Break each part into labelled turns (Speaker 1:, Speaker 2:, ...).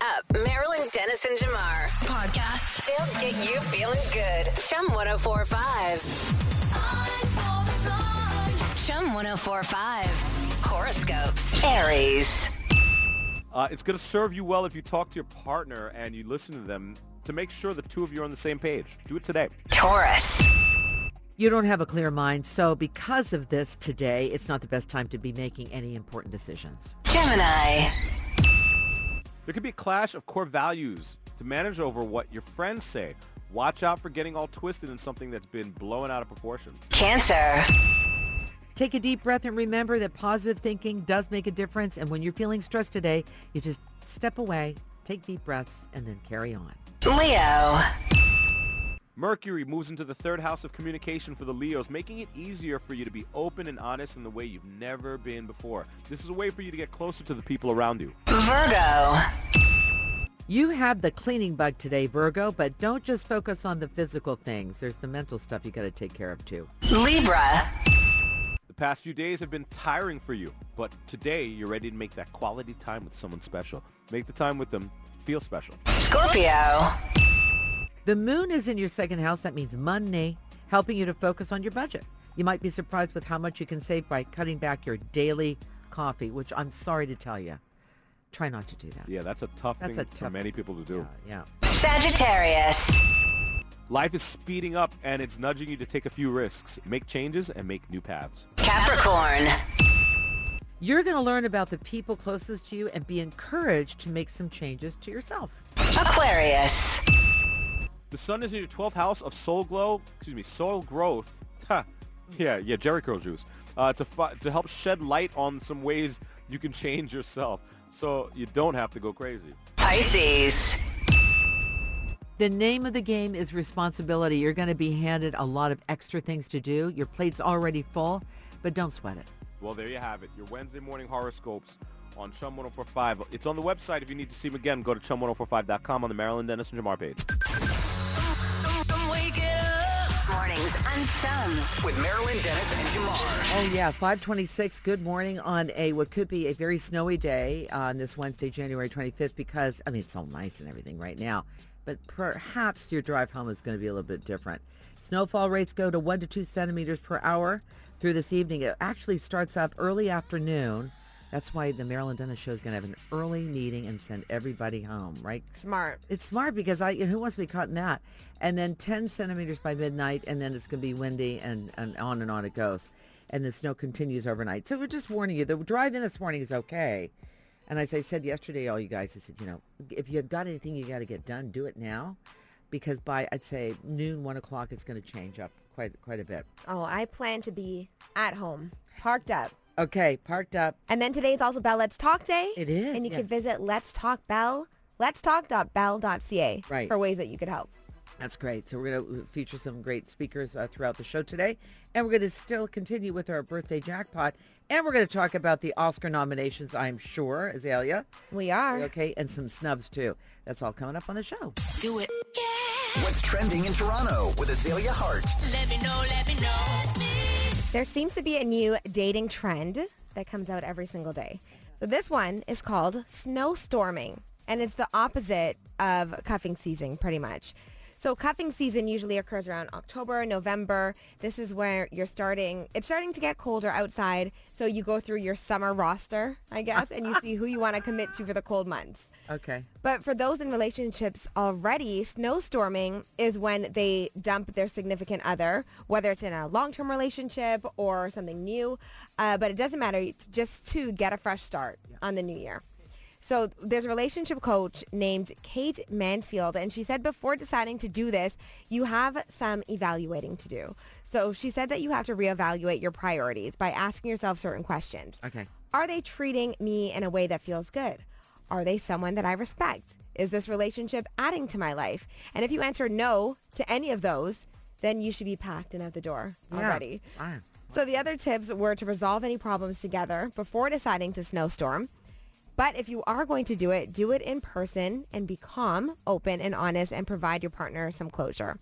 Speaker 1: up. Marilyn Dennis and Jamar. Podcast. They'll get you feeling good. Chum 1045. Chum 1045. Horoscopes. Aries.
Speaker 2: Uh, it's going to serve you well if you talk to your partner and you listen to them to make sure the two of you are on the same page. Do it today.
Speaker 1: Taurus.
Speaker 3: You don't have a clear mind, so because of this today, it's not the best time to be making any important decisions.
Speaker 1: Gemini.
Speaker 2: There could be a clash of core values to manage over what your friends say. Watch out for getting all twisted in something that's been blown out of proportion.
Speaker 1: Cancer.
Speaker 3: Take a deep breath and remember that positive thinking does make a difference. And when you're feeling stressed today, you just step away, take deep breaths, and then carry on.
Speaker 1: Leo.
Speaker 2: Mercury moves into the third house of communication for the Leos, making it easier for you to be open and honest in the way you've never been before. This is a way for you to get closer to the people around you.
Speaker 1: Virgo.
Speaker 3: You have the cleaning bug today, Virgo, but don't just focus on the physical things. There's the mental stuff you got to take care of too.
Speaker 1: Libra.
Speaker 2: The past few days have been tiring for you, but today you're ready to make that quality time with someone special. Make the time with them feel special.
Speaker 1: Scorpio.
Speaker 3: The moon is in your second house. That means money, helping you to focus on your budget. You might be surprised with how much you can save by cutting back your daily coffee, which I'm sorry to tell you, try not to do that.
Speaker 2: Yeah, that's a tough
Speaker 3: That's
Speaker 2: thing
Speaker 3: a
Speaker 2: for
Speaker 3: tough-
Speaker 2: many people to do.
Speaker 3: yeah.
Speaker 1: Sagittarius.
Speaker 2: Life is speeding up and it's nudging you to take a few risks, make changes, and make new paths.
Speaker 1: Capricorn.
Speaker 3: You're going to learn about the people closest to you and be encouraged to make some changes to yourself.
Speaker 1: Aquarius.
Speaker 2: The sun is in your 12th house of soul glow, excuse me, soul growth. Ha. Yeah, yeah, Jericho juice. Uh, to, fi- to help shed light on some ways you can change yourself so you don't have to go crazy.
Speaker 1: Pisces.
Speaker 3: The name of the game is responsibility. You're going to be handed a lot of extra things to do. Your plate's already full, but don't sweat it.
Speaker 2: Well, there you have it. Your Wednesday morning horoscopes on Chum1045. It's on the website. If you need to see them again, go to chum1045.com on the Maryland Dennis and Jamar page.
Speaker 1: Mornings on Chum.
Speaker 4: With Marilyn Dennis and Jamar.
Speaker 3: Oh yeah, 526. Good morning on a what could be a very snowy day on this Wednesday, January 25th because I mean it's all nice and everything right now, but perhaps your drive home is going to be a little bit different. Snowfall rates go to 1 to 2 centimeters per hour through this evening. It actually starts off early afternoon. That's why the Maryland Dennis show is going to have an early meeting and send everybody home, right?
Speaker 5: Smart.
Speaker 3: It's smart because I who wants to be caught in that? And then 10 centimeters by midnight, and then it's going to be windy, and, and on and on it goes. And the snow continues overnight. So we're just warning you. The drive in this morning is okay. And as I said yesterday, all you guys, I said, you know, if you've got anything you got to get done, do it now, because by I'd say noon, one o'clock, it's going to change up quite quite a bit.
Speaker 5: Oh, I plan to be at home, parked up.
Speaker 3: Okay, parked up.
Speaker 5: And then today is also Bell Let's Talk Day.
Speaker 3: It is,
Speaker 5: And you
Speaker 3: yeah.
Speaker 5: can visit Let's Talk Bell, let's talk.bell.ca
Speaker 3: Right.
Speaker 5: for ways that you could help.
Speaker 3: That's great. So we're going to feature some great speakers uh, throughout the show today, and we're going to still continue with our birthday jackpot, and we're going to talk about the Oscar nominations. I'm sure, Azalea.
Speaker 5: We are.
Speaker 3: Okay, and some snubs too. That's all coming up on the show.
Speaker 1: Do it.
Speaker 4: What's trending in Toronto with Azalea Hart?
Speaker 1: Let me know, let me know.
Speaker 5: There seems to be a new dating trend that comes out every single day. So this one is called snowstorming, and it's the opposite of cuffing season, pretty much. So cuffing season usually occurs around October, November. This is where you're starting. It's starting to get colder outside, so you go through your summer roster, I guess, and you see who you want to commit to for the cold months.
Speaker 3: Okay.
Speaker 5: But for those in relationships already, snowstorming is when they dump their significant other, whether it's in a long-term relationship or something new. Uh, but it doesn't matter, it's just to get a fresh start on the new year. So there's a relationship coach named Kate Mansfield, and she said before deciding to do this, you have some evaluating to do. So she said that you have to reevaluate your priorities by asking yourself certain questions.
Speaker 3: Okay.
Speaker 5: Are they treating me in a way that feels good? Are they someone that I respect? Is this relationship adding to my life? And if you answer no to any of those, then you should be packed and out the door
Speaker 3: Yeah.
Speaker 5: already.
Speaker 3: Wow.
Speaker 5: So the other tips were to resolve any problems together before deciding to snowstorm. But if you are going to do it, do it in person and be calm, open, and honest and provide your partner some closure.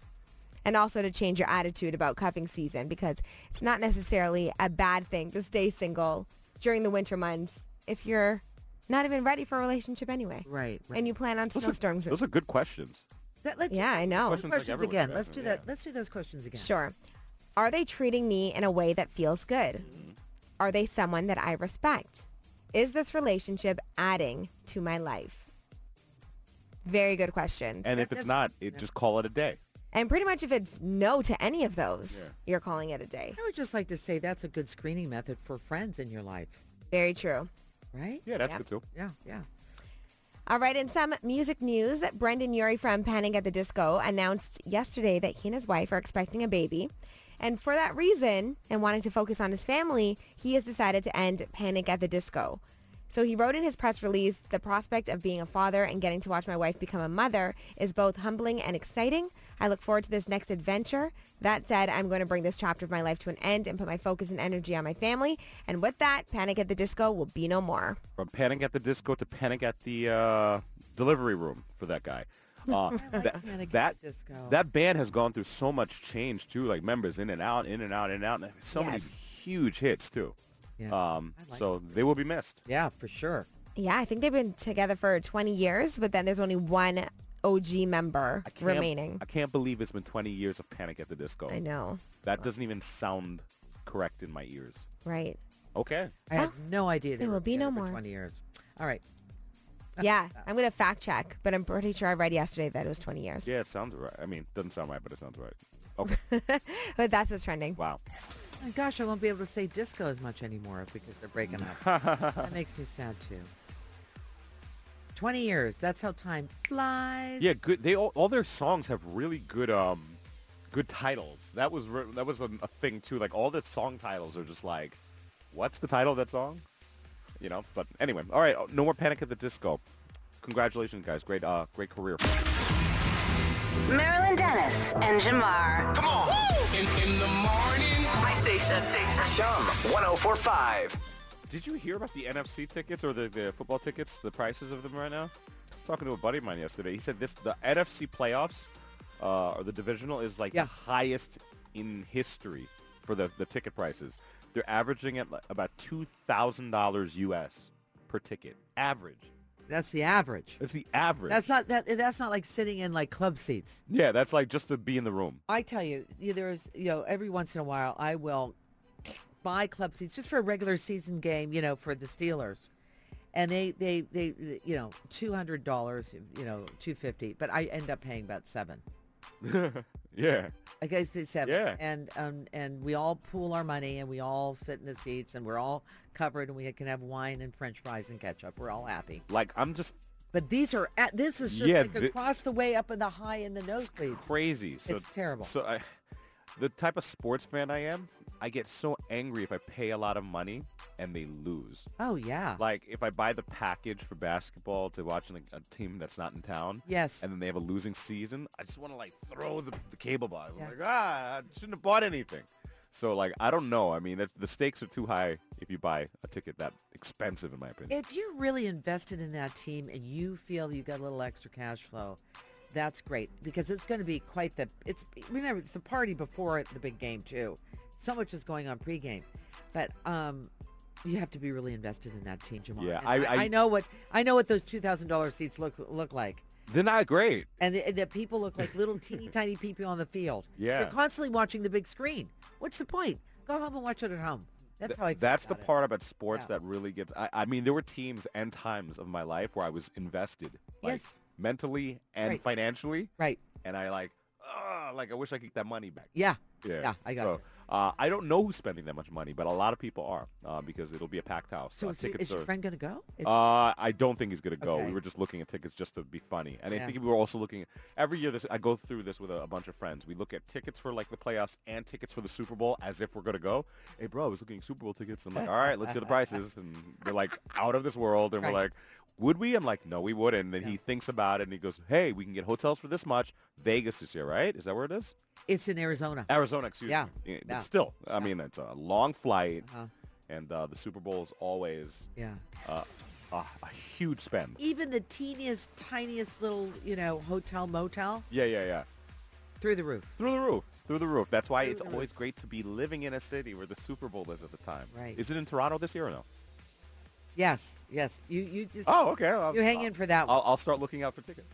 Speaker 5: And also to change your attitude about cuffing season because it's not necessarily a bad thing to stay single during the winter months if you're not even ready for a relationship anyway.
Speaker 3: Right. right.
Speaker 5: And you plan on
Speaker 2: Those are-
Speaker 5: snowstorms.
Speaker 2: Those are good questions.
Speaker 3: That- let's
Speaker 5: yeah, I
Speaker 2: Question-
Speaker 5: know.
Speaker 2: Questions like
Speaker 3: questions
Speaker 2: everyone's
Speaker 3: again. Let's do
Speaker 2: asking,
Speaker 3: that.
Speaker 2: yeah.
Speaker 3: Let's do those questions again.
Speaker 5: Sure. Are they treating me in a way that feels good? Are they someone that I respect? Is this relationship adding to my life? Very good question.
Speaker 2: And if it's not, it, just call it a day.
Speaker 5: And pretty much if it's no to any of those,
Speaker 2: Yeah.
Speaker 5: you're calling it a day.
Speaker 3: I would just like to say that's a good screening method for friends in your life,
Speaker 5: Very true.
Speaker 3: right?
Speaker 2: Yeah, that's
Speaker 5: Yep.
Speaker 2: good too.
Speaker 3: Yeah. Yeah.
Speaker 5: All right, in some music news, Brendan Urie from Panic at the Disco announced yesterday that he and his wife are expecting a baby. And for that reason, and wanting to focus on his family, he has decided to end Panic at the Disco. So he wrote in his press release, the prospect of being a father and getting to watch my wife become a mother is both humbling and exciting. I look forward to this next adventure. That said, I'm going to bring this chapter of my life to an end and put my focus and energy on my family. And with that, Panic at the Disco will be no more.
Speaker 2: From panic at the disco to panic at the uh, delivery room for that guy. Uh, that,
Speaker 3: Panic at
Speaker 2: that
Speaker 3: the Disco.
Speaker 2: that band has gone through so much change too, like members in and out, in and out, in and out, and so many
Speaker 5: Yes.
Speaker 2: huge hits too.
Speaker 3: Yeah.
Speaker 2: Um,
Speaker 3: I like
Speaker 2: so they will be missed.
Speaker 3: Yeah, for sure.
Speaker 5: Yeah, I think they've been together for 20 years, but then there's only one OG member
Speaker 2: I can't-
Speaker 5: remaining.
Speaker 2: I can't believe it's been 20 years of Panic at the Disco.
Speaker 5: I know,
Speaker 2: That doesn't even sound correct in my ears.
Speaker 5: right?
Speaker 2: Okay.
Speaker 3: I had no idea. They
Speaker 5: Oh, there
Speaker 3: were
Speaker 5: will be no
Speaker 3: together for
Speaker 5: more.
Speaker 3: 20 years. All right.
Speaker 5: Yeah, I'm going to fact check, but I'm pretty sure I read yesterday that it was 20 years.
Speaker 2: Yeah, it sounds right. I mean, doesn't sound right, but it sounds right. Okay.
Speaker 5: But that's what's trending.
Speaker 2: wow.
Speaker 3: My gosh, I won't be able to say disco as much anymore because they're breaking up. that makes me sad too. 20 years. That's how time flies.
Speaker 2: Yeah, good. They all, all their songs have really good um good titles. That was re- that was a, a thing too. Like all the song titles are just like what's the title of that song? You know, but anyway. All right, oh, no more Panic at the Disco. Congratulations guys. Great uh great career.
Speaker 1: Marilyn Dennis and Jamar.
Speaker 4: Come on.
Speaker 6: In, in the morning.
Speaker 7: My station.
Speaker 4: Chum 1045.
Speaker 2: Did you hear about the NFC tickets or the, the football tickets, the prices of them right now? I was talking to a buddy of mine yesterday. He said this the NFC playoffs uh, or the divisional is like
Speaker 3: Yeah.
Speaker 2: the highest in history for the, the ticket prices. They're averaging at like about $2,000 US per ticket. Average.
Speaker 3: That's the average.
Speaker 2: That's the average.
Speaker 3: That's not that that's not like sitting in like club seats.
Speaker 2: yeah, that's like just to be in the room.
Speaker 3: I tell you, you- there's you know, every once in a while I will buy club seats just for a regular season game, you know, for the Steelers. And they they they, you know, $200, you know, 250, but I end up paying about 7.
Speaker 2: Yeah.
Speaker 3: I guess it's seven.
Speaker 2: Yeah.
Speaker 3: And um and we all pool our money and we all sit in the seats and we're all covered and we can have wine and French fries and ketchup. We're all happy.
Speaker 2: Like I'm just
Speaker 3: But these are at this is just
Speaker 2: Yeah,
Speaker 3: like
Speaker 2: thi-
Speaker 3: across the way up in the high in the
Speaker 2: It's
Speaker 3: nosebleeds.
Speaker 2: crazy. So,
Speaker 3: It's terrible.
Speaker 2: So I, the type of sports fan I am, I get so angry if I pay a lot of money and they lose.
Speaker 3: Oh yeah.
Speaker 2: Like if I buy the package for basketball to watching a, a team that's not in town.
Speaker 3: Yes.
Speaker 2: And then they have a losing season, I just want to like throw the, the cable box.
Speaker 3: Yeah.
Speaker 2: I'm like, ah, I shouldn't have bought anything. So like, I don't know. I mean, that's the stakes are too high if you buy a ticket that expensive, in my opinion.
Speaker 3: If you're really invested in that team and you feel you got a little extra cash flow, that's great because it's going to be quite the. It's remember it's the party before it- the big game too. So much is going on pregame, but um, you have to be really invested in that team, Jamal.
Speaker 2: Yeah,
Speaker 3: And
Speaker 2: I- I-
Speaker 3: I know what I know what those two thousand dollars seats look look like.
Speaker 2: They're not great.
Speaker 3: And the, the people look like little teeny tiny people on the field.
Speaker 2: Yeah.
Speaker 3: They're constantly watching the big screen. What's the point? Go home and watch it at home. That's
Speaker 2: Th-
Speaker 3: how I. feel
Speaker 2: that's the
Speaker 3: about it.
Speaker 2: part about sports
Speaker 3: Yeah.
Speaker 2: that really gets I, I mean there were teams and times of my life where i was invested like
Speaker 3: Yes.
Speaker 2: mentally and
Speaker 3: Right.
Speaker 2: financially
Speaker 3: Right.
Speaker 2: and i like ah, like i wish i could get that money back
Speaker 3: Yeah.
Speaker 2: yeah,
Speaker 3: I got
Speaker 2: so,
Speaker 3: you.
Speaker 2: uh, i don't know who's spending that much money but a lot of people are uh, because it'll be a packed house
Speaker 3: So
Speaker 2: uh,
Speaker 3: is, your-
Speaker 2: tickets
Speaker 3: is your
Speaker 2: are-
Speaker 3: friend going to go? Is-
Speaker 2: uh, I don't think he's gonna go.
Speaker 3: Okay.
Speaker 2: We were just looking at tickets just to be funny, and
Speaker 3: Yeah.
Speaker 2: I think we were also looking every year. This I go through this with a, a bunch of friends. We look at tickets for like the playoffs and tickets for the Super Bowl as if we're gonna go. Hey, bro, I was looking at Super Bowl tickets. I'm like, all right, let's hear the prices, and they're like out of this world, and
Speaker 3: Right.
Speaker 2: we're like. Would we? I'm like, no, we wouldn't. And then he thinks about it and he goes, hey, we can get hotels for this much. Vegas this year, right? Is that where it is?
Speaker 3: It's in Arizona.
Speaker 2: Arizona, excuse
Speaker 3: Yeah,
Speaker 2: me. Yeah,
Speaker 3: yeah.
Speaker 2: But still, I mean, it's a long flight.
Speaker 3: Uh-huh.
Speaker 2: And uh, the Super Bowl is always
Speaker 3: Yeah.
Speaker 2: uh, a, a huge spend.
Speaker 3: Even the teeniest, tiniest little, you know, hotel motel
Speaker 2: Yeah, yeah, yeah.
Speaker 3: through the roof.
Speaker 2: Through the roof. Through the roof. That's why
Speaker 3: Through
Speaker 2: it's
Speaker 3: the roof.
Speaker 2: always great to be living in a city where the Super Bowl is at the time.
Speaker 3: Right.
Speaker 2: Is it in Toronto this year or no?
Speaker 3: Yes, yes. You you just
Speaker 2: Oh, okay. I'll-
Speaker 3: you hang
Speaker 2: I'll-
Speaker 3: in for that one.
Speaker 2: I'll, I'll start looking out for tickets.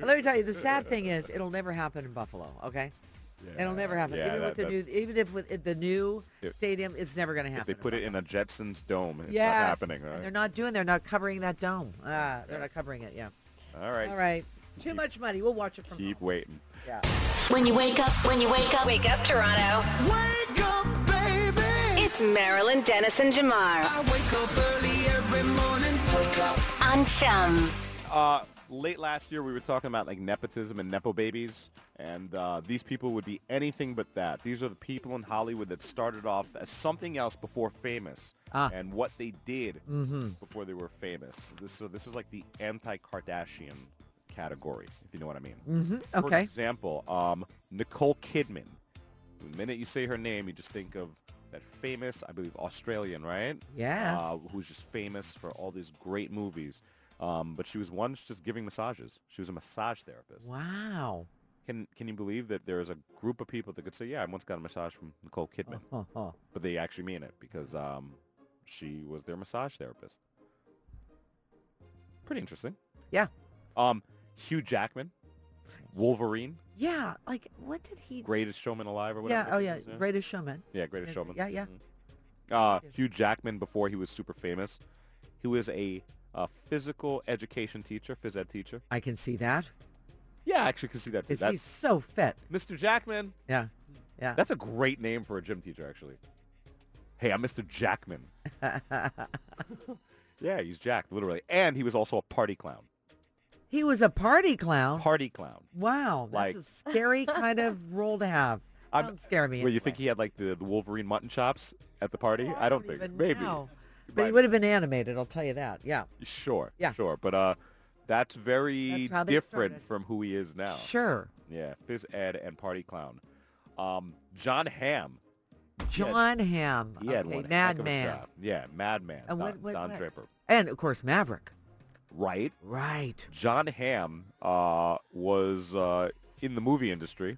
Speaker 3: Let me tell you, the sad thing is, it'll never happen in Buffalo. Okay, it'll never happen.
Speaker 2: Yeah,
Speaker 3: even
Speaker 2: that-
Speaker 3: with the
Speaker 2: that-
Speaker 3: new, even if with it- the new
Speaker 2: If-
Speaker 3: stadium, it's never going to happen.
Speaker 2: If they put it in a Jetsons dome, it's
Speaker 3: Yes.
Speaker 2: not happening. All
Speaker 3: And
Speaker 2: right.
Speaker 3: They're not doing. They're not covering that dome. Ah, they're not covering it. Yeah.
Speaker 2: All right.
Speaker 3: All right. Too much money. We'll watch it from
Speaker 2: Keep
Speaker 3: home.
Speaker 2: waiting.
Speaker 3: Yeah.
Speaker 7: When you wake up, when you wake up,
Speaker 1: Wake up, Toronto.
Speaker 4: Wake up, baby.
Speaker 1: It's Marilyn Dennis and Jamar
Speaker 6: I wake up early every morning.
Speaker 1: on Chum.
Speaker 2: Uh, late last year, we were talking about like nepotism and nepo babies, and uh, these people would be anything but that. These are the people in Hollywood that started off as something else before famous, and what they did before they were famous. This, so this is like the anti-Kardashian category, if you know what I mean. Mm-hmm. For
Speaker 3: okay.
Speaker 2: example, um, Nicole Kidman. The minute you say her name, you just think of that famous, I believe, Australian, right?
Speaker 3: Yes.
Speaker 2: Uh, who's just famous for all these great movies. Um, but she was once just giving massages. She was a massage therapist.
Speaker 3: Wow.
Speaker 2: Can Can you believe that there is a group of people that could say, "Yeah, I once got a massage from Nicole Kidman,"
Speaker 3: Oh, oh.
Speaker 2: but they actually mean it because um, she was their massage therapist. Pretty interesting.
Speaker 3: Yeah.
Speaker 2: Um, Hugh Jackman, Wolverine,
Speaker 3: Yeah. Like, what did he?
Speaker 2: greatest showman alive, or
Speaker 3: yeah.
Speaker 2: whatever. the
Speaker 3: Oh,
Speaker 2: thing
Speaker 3: yeah.
Speaker 2: is,
Speaker 3: Greatest showman.
Speaker 2: Yeah, Greatest
Speaker 3: Yeah,
Speaker 2: Showman.
Speaker 3: yeah, yeah.
Speaker 2: Mhm. Uh, Hugh Jackman, before he was super famous, he was a, uh physical education teacher, phys ed teacher.
Speaker 3: I can see that.
Speaker 2: Yeah, I actually can see that too.
Speaker 3: It's, he's
Speaker 2: That's,
Speaker 3: so fit.
Speaker 2: Mr. Jackman.
Speaker 3: Yeah. Yeah.
Speaker 2: That's a great name for a gym teacher, actually. Hey, I'm Mr. Jackman. yeah, he's jacked, literally. And he was also a party clown.
Speaker 3: he was a party clown.
Speaker 2: Party clown.
Speaker 3: wow. That's a
Speaker 2: like-
Speaker 3: scary kind of role to have.
Speaker 2: I'm-
Speaker 3: Don't scare me.
Speaker 2: Wait, you
Speaker 3: anyway.
Speaker 2: think he had like the, the Wolverine mutton chops at the party? I don't, think.
Speaker 3: even
Speaker 2: Maybe.
Speaker 3: know. But he
Speaker 2: Right.
Speaker 3: would have been animated, I'll tell you that. Yeah.
Speaker 2: Sure.
Speaker 3: Yeah.
Speaker 2: Sure. But uh, that's very
Speaker 3: That's how they
Speaker 2: different
Speaker 3: started.
Speaker 2: from who he is now.
Speaker 3: Sure.
Speaker 2: Yeah, Phys Ed and Party Clown. Um, John Hamm.
Speaker 3: John Hamm.
Speaker 2: He had
Speaker 3: okay,
Speaker 2: one heck of a
Speaker 3: Madman.
Speaker 2: job. Yeah, Madman.
Speaker 3: And
Speaker 2: Don,
Speaker 3: what- what-
Speaker 2: Don
Speaker 3: what?
Speaker 2: Draper.
Speaker 3: And of course Maverick.
Speaker 2: Right.
Speaker 3: Right.
Speaker 2: John Hamm uh, was uh, in the movie industry,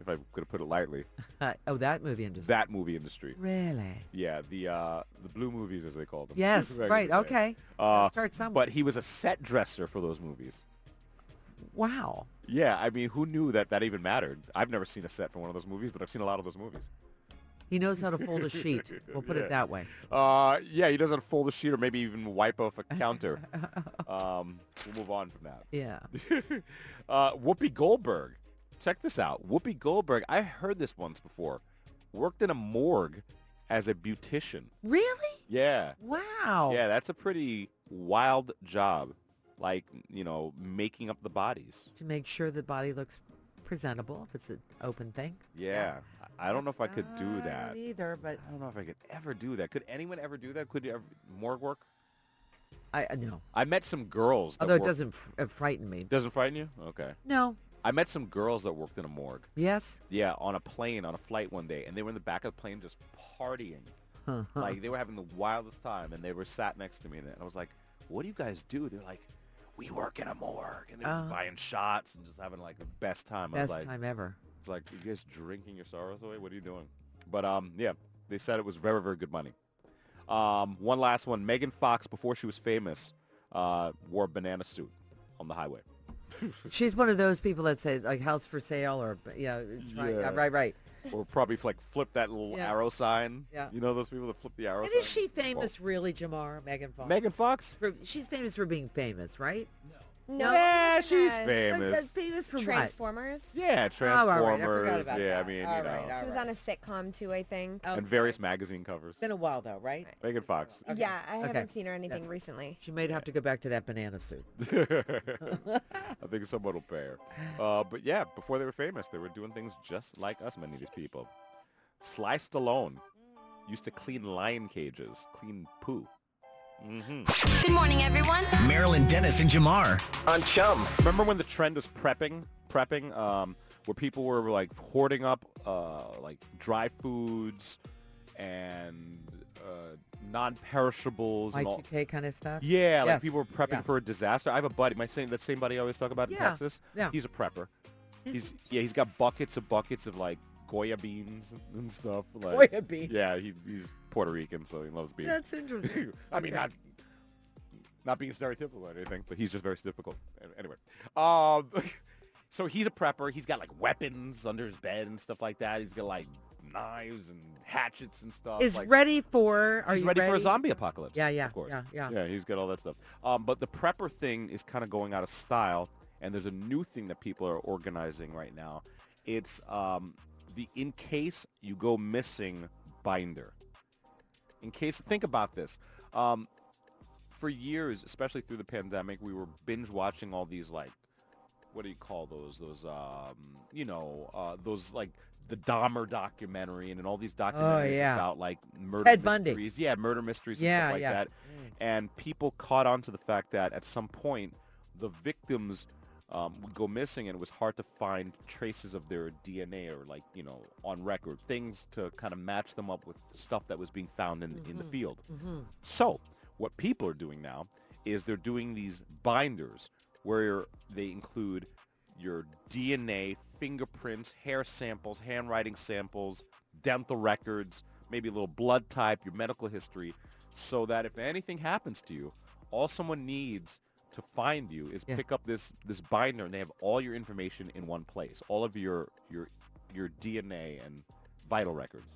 Speaker 2: if I could put it lightly.
Speaker 3: Uh, oh, that movie industry.
Speaker 2: That movie industry.
Speaker 3: Really?
Speaker 2: Yeah, the uh, the blue movies as they call them.
Speaker 3: Yes,
Speaker 2: Back in
Speaker 3: right,
Speaker 2: the day.
Speaker 3: okay.
Speaker 2: Uh,
Speaker 3: Gotta start somewhere.
Speaker 2: But he was a set dresser for those movies.
Speaker 3: Wow.
Speaker 2: Yeah, I mean, who knew that that even mattered? I've never seen a set for one of those movies, but I've seen a lot of those movies.
Speaker 3: He knows how to fold a sheet. We'll put it that way.
Speaker 2: Uh, yeah, he doesn't fold the sheet or maybe even wipe off a counter. um, we'll move on from that.
Speaker 3: Yeah.
Speaker 2: Uh, Whoopi Goldberg. Check this out. Whoopi Goldberg, I heard this once before, worked in a morgue as a beautician.
Speaker 3: Really?
Speaker 2: Yeah.
Speaker 3: Wow.
Speaker 2: Yeah, that's a pretty wild job. Like, you know, making up the bodies.
Speaker 3: To make sure the body looks presentable if it's an open thing.
Speaker 2: Yeah. I I don't know if I could do that.
Speaker 3: Not either, but
Speaker 2: I don't know if I could ever do that. Could anyone ever do that? Could you ever, morgue work?
Speaker 3: I uh, no.
Speaker 2: I met some girls. That
Speaker 3: Although it
Speaker 2: worked-
Speaker 3: doesn't fr- uh, frighten me.
Speaker 2: Doesn't frighten you? Okay.
Speaker 3: No.
Speaker 2: I met some girls that worked in a morgue.
Speaker 3: Yes.
Speaker 2: Yeah, on a plane, on a flight one day, and they were in the back of the plane just partying.
Speaker 3: Uh-huh.
Speaker 2: like they were having the wildest time, and they were sat next to me, and I was like, "What do you guys do?" They're like, "We work in a morgue," and they were just
Speaker 3: Oh.
Speaker 2: buying shots and just having like the best time. I was
Speaker 3: Best
Speaker 2: like,
Speaker 3: time ever.
Speaker 2: "It's like you guys drinking your sorrows away. What are you doing?" But um, yeah, they said it was very, very good money. Um, one last one. Megan Fox, before she was famous, uh, wore a banana suit on the highway.
Speaker 3: She's one of those people that say like house for sale or you know try, yeah.
Speaker 2: Yeah.
Speaker 3: right right.
Speaker 2: or probably like flip that little
Speaker 3: Yeah.
Speaker 2: arrow sign.
Speaker 3: Yeah.
Speaker 2: You know those people that flip the arrow
Speaker 3: And
Speaker 2: sign?
Speaker 3: is she famous really, Jamar Megan Fox?
Speaker 2: Well, Megan Fox?
Speaker 3: For- she's famous for being famous, right?
Speaker 5: No,
Speaker 2: yeah, she's
Speaker 5: uh,
Speaker 3: Oh, That's
Speaker 2: famous.
Speaker 3: famous for what?
Speaker 5: Transformers.
Speaker 2: Yeah,
Speaker 3: all right, I forgot
Speaker 2: Transformers.
Speaker 3: about
Speaker 2: yeah,
Speaker 3: that.
Speaker 2: I mean,
Speaker 3: All
Speaker 2: you know.
Speaker 3: right, all
Speaker 5: She was on a sitcom too, I think.
Speaker 3: Oh,
Speaker 2: And various magazine covers.
Speaker 3: It's been a while though, right?
Speaker 2: Megan Fox.
Speaker 5: Yeah, I haven't
Speaker 3: Okay.
Speaker 5: seen her anything recently.
Speaker 3: She may have to go back to that banana suit.
Speaker 2: I think someone will pay her. Uh, but yeah, before they were famous, they were doing things just like us, many of these people. Sly Stallone used to clean lion cages, clean poo.
Speaker 7: Good morning, everyone.
Speaker 4: Marilyn Dennis and Jamar on Chum.
Speaker 2: Remember when the trend was prepping, prepping, um, where people were like hoarding up uh, like dry foods and uh, non-perishables and all.
Speaker 3: Y2K kind of stuff.
Speaker 2: Yeah, like
Speaker 3: Yes.
Speaker 2: people were prepping
Speaker 3: Yeah.
Speaker 2: for a disaster. I have a buddy, my same that same buddy I always talk about
Speaker 3: Yeah,
Speaker 2: in Texas.
Speaker 3: yeah.
Speaker 2: he's a prepper. He's yeah, he's got buckets of buckets of like goya beans and stuff. Like,
Speaker 3: Goya beans.
Speaker 2: Yeah, he, he's Puerto Rican, so he loves beans.
Speaker 3: That's interesting.
Speaker 2: I mean, not not being stereotypical or anything, but he's just very typical. An- Anyway, um, so he's a prepper. He's got like weapons under his bed and stuff like that. He's got like knives and hatchets and stuff.
Speaker 3: Is
Speaker 2: like,
Speaker 3: ready for? Are
Speaker 2: he's
Speaker 3: you
Speaker 2: ready,
Speaker 3: ready,
Speaker 2: for a zombie apocalypse.
Speaker 3: Yeah, yeah,
Speaker 2: of course.
Speaker 3: yeah, yeah.
Speaker 2: he's got all that stuff. Um, but the prepper thing is kind of going out of style, and there's a new thing that people are organizing right now. It's um, the in case you go missing binder. In case, think about this. Um, for years, especially through the pandemic, we were binge watching all these like, what do you call those? Those, um, you know, uh, those like the Dahmer documentary and, and all these documentaries
Speaker 3: Oh, yeah.
Speaker 2: about like murder
Speaker 3: Ted Bundy.
Speaker 2: mysteries. Yeah, murder mysteries
Speaker 3: Yeah,
Speaker 2: and stuff like
Speaker 3: yeah.
Speaker 2: that. And people caught on to the fact that at some point the victims um, would go missing and it was hard to find traces of their DNA or like, you know, on record, things to kind of match them up with stuff that was being found in, in the
Speaker 3: Mm-hmm.
Speaker 2: field. So what people are doing now is they're doing these binders where they include your DNA, fingerprints, hair samples, handwriting samples, dental records, maybe a little blood type, your medical history, so that if anything happens to you, all someone needs to find you is pick up this this binder and they have all your information in one place, all of your your your DNA and vital records.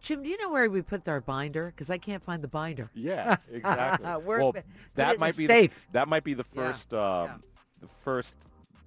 Speaker 3: Jim, do you know where we put our binder? Because I can't find the binder.
Speaker 2: Yeah, exactly.
Speaker 3: Where's
Speaker 2: well,
Speaker 3: the- put it
Speaker 2: that
Speaker 3: in
Speaker 2: might
Speaker 3: the
Speaker 2: be
Speaker 3: safe.
Speaker 2: The, that might be the
Speaker 3: Yeah,
Speaker 2: first um, the first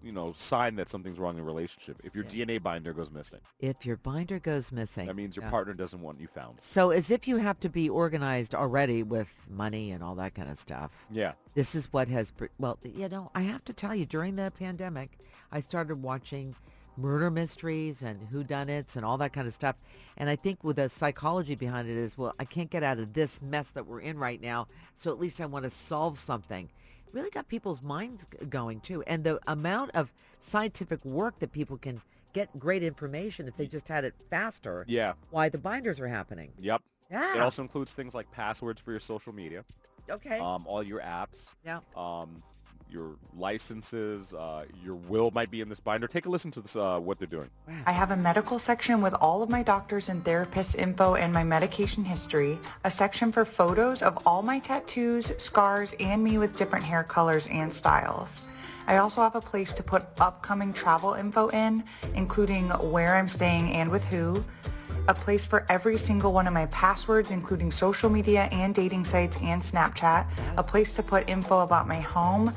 Speaker 2: you know sign that something's wrong in a relationship. If your DNA binder goes missing,
Speaker 3: If your binder goes missing,
Speaker 2: that means your
Speaker 3: yeah.
Speaker 2: partner doesn't want you found.
Speaker 3: So as if you have to be organized already with money and all that kind of stuff.
Speaker 2: Yeah.
Speaker 3: This is what has, pr- well, you know, I have to tell you, during the pandemic, I started watching murder mysteries and whodunits and all that kind of stuff. And I think with the psychology behind it is, well, I can't get out of this mess that we're in right now. So at least I want to solve something. Really got people's minds g- going too. And the amount of scientific work that people can get great information if they just had it faster.
Speaker 2: Yeah.
Speaker 3: Why the binders are happening.
Speaker 2: Yep. It
Speaker 3: Yeah.
Speaker 2: also includes things like passwords for your social media,
Speaker 3: Okay.
Speaker 2: um, all your apps,
Speaker 3: yeah.
Speaker 2: um, your licenses, uh, your will might be in this binder. Take a listen to this, uh, what they're doing.
Speaker 8: I have a medical section with all of my doctors and therapists info and my medication history, a section for photos of all my tattoos, scars, and me with different hair colors and styles. I also have a place to put upcoming travel info in, including where I'm staying and with who, a place for every single one of my passwords, including social media and dating sites and Snapchat, a place to put info about my home,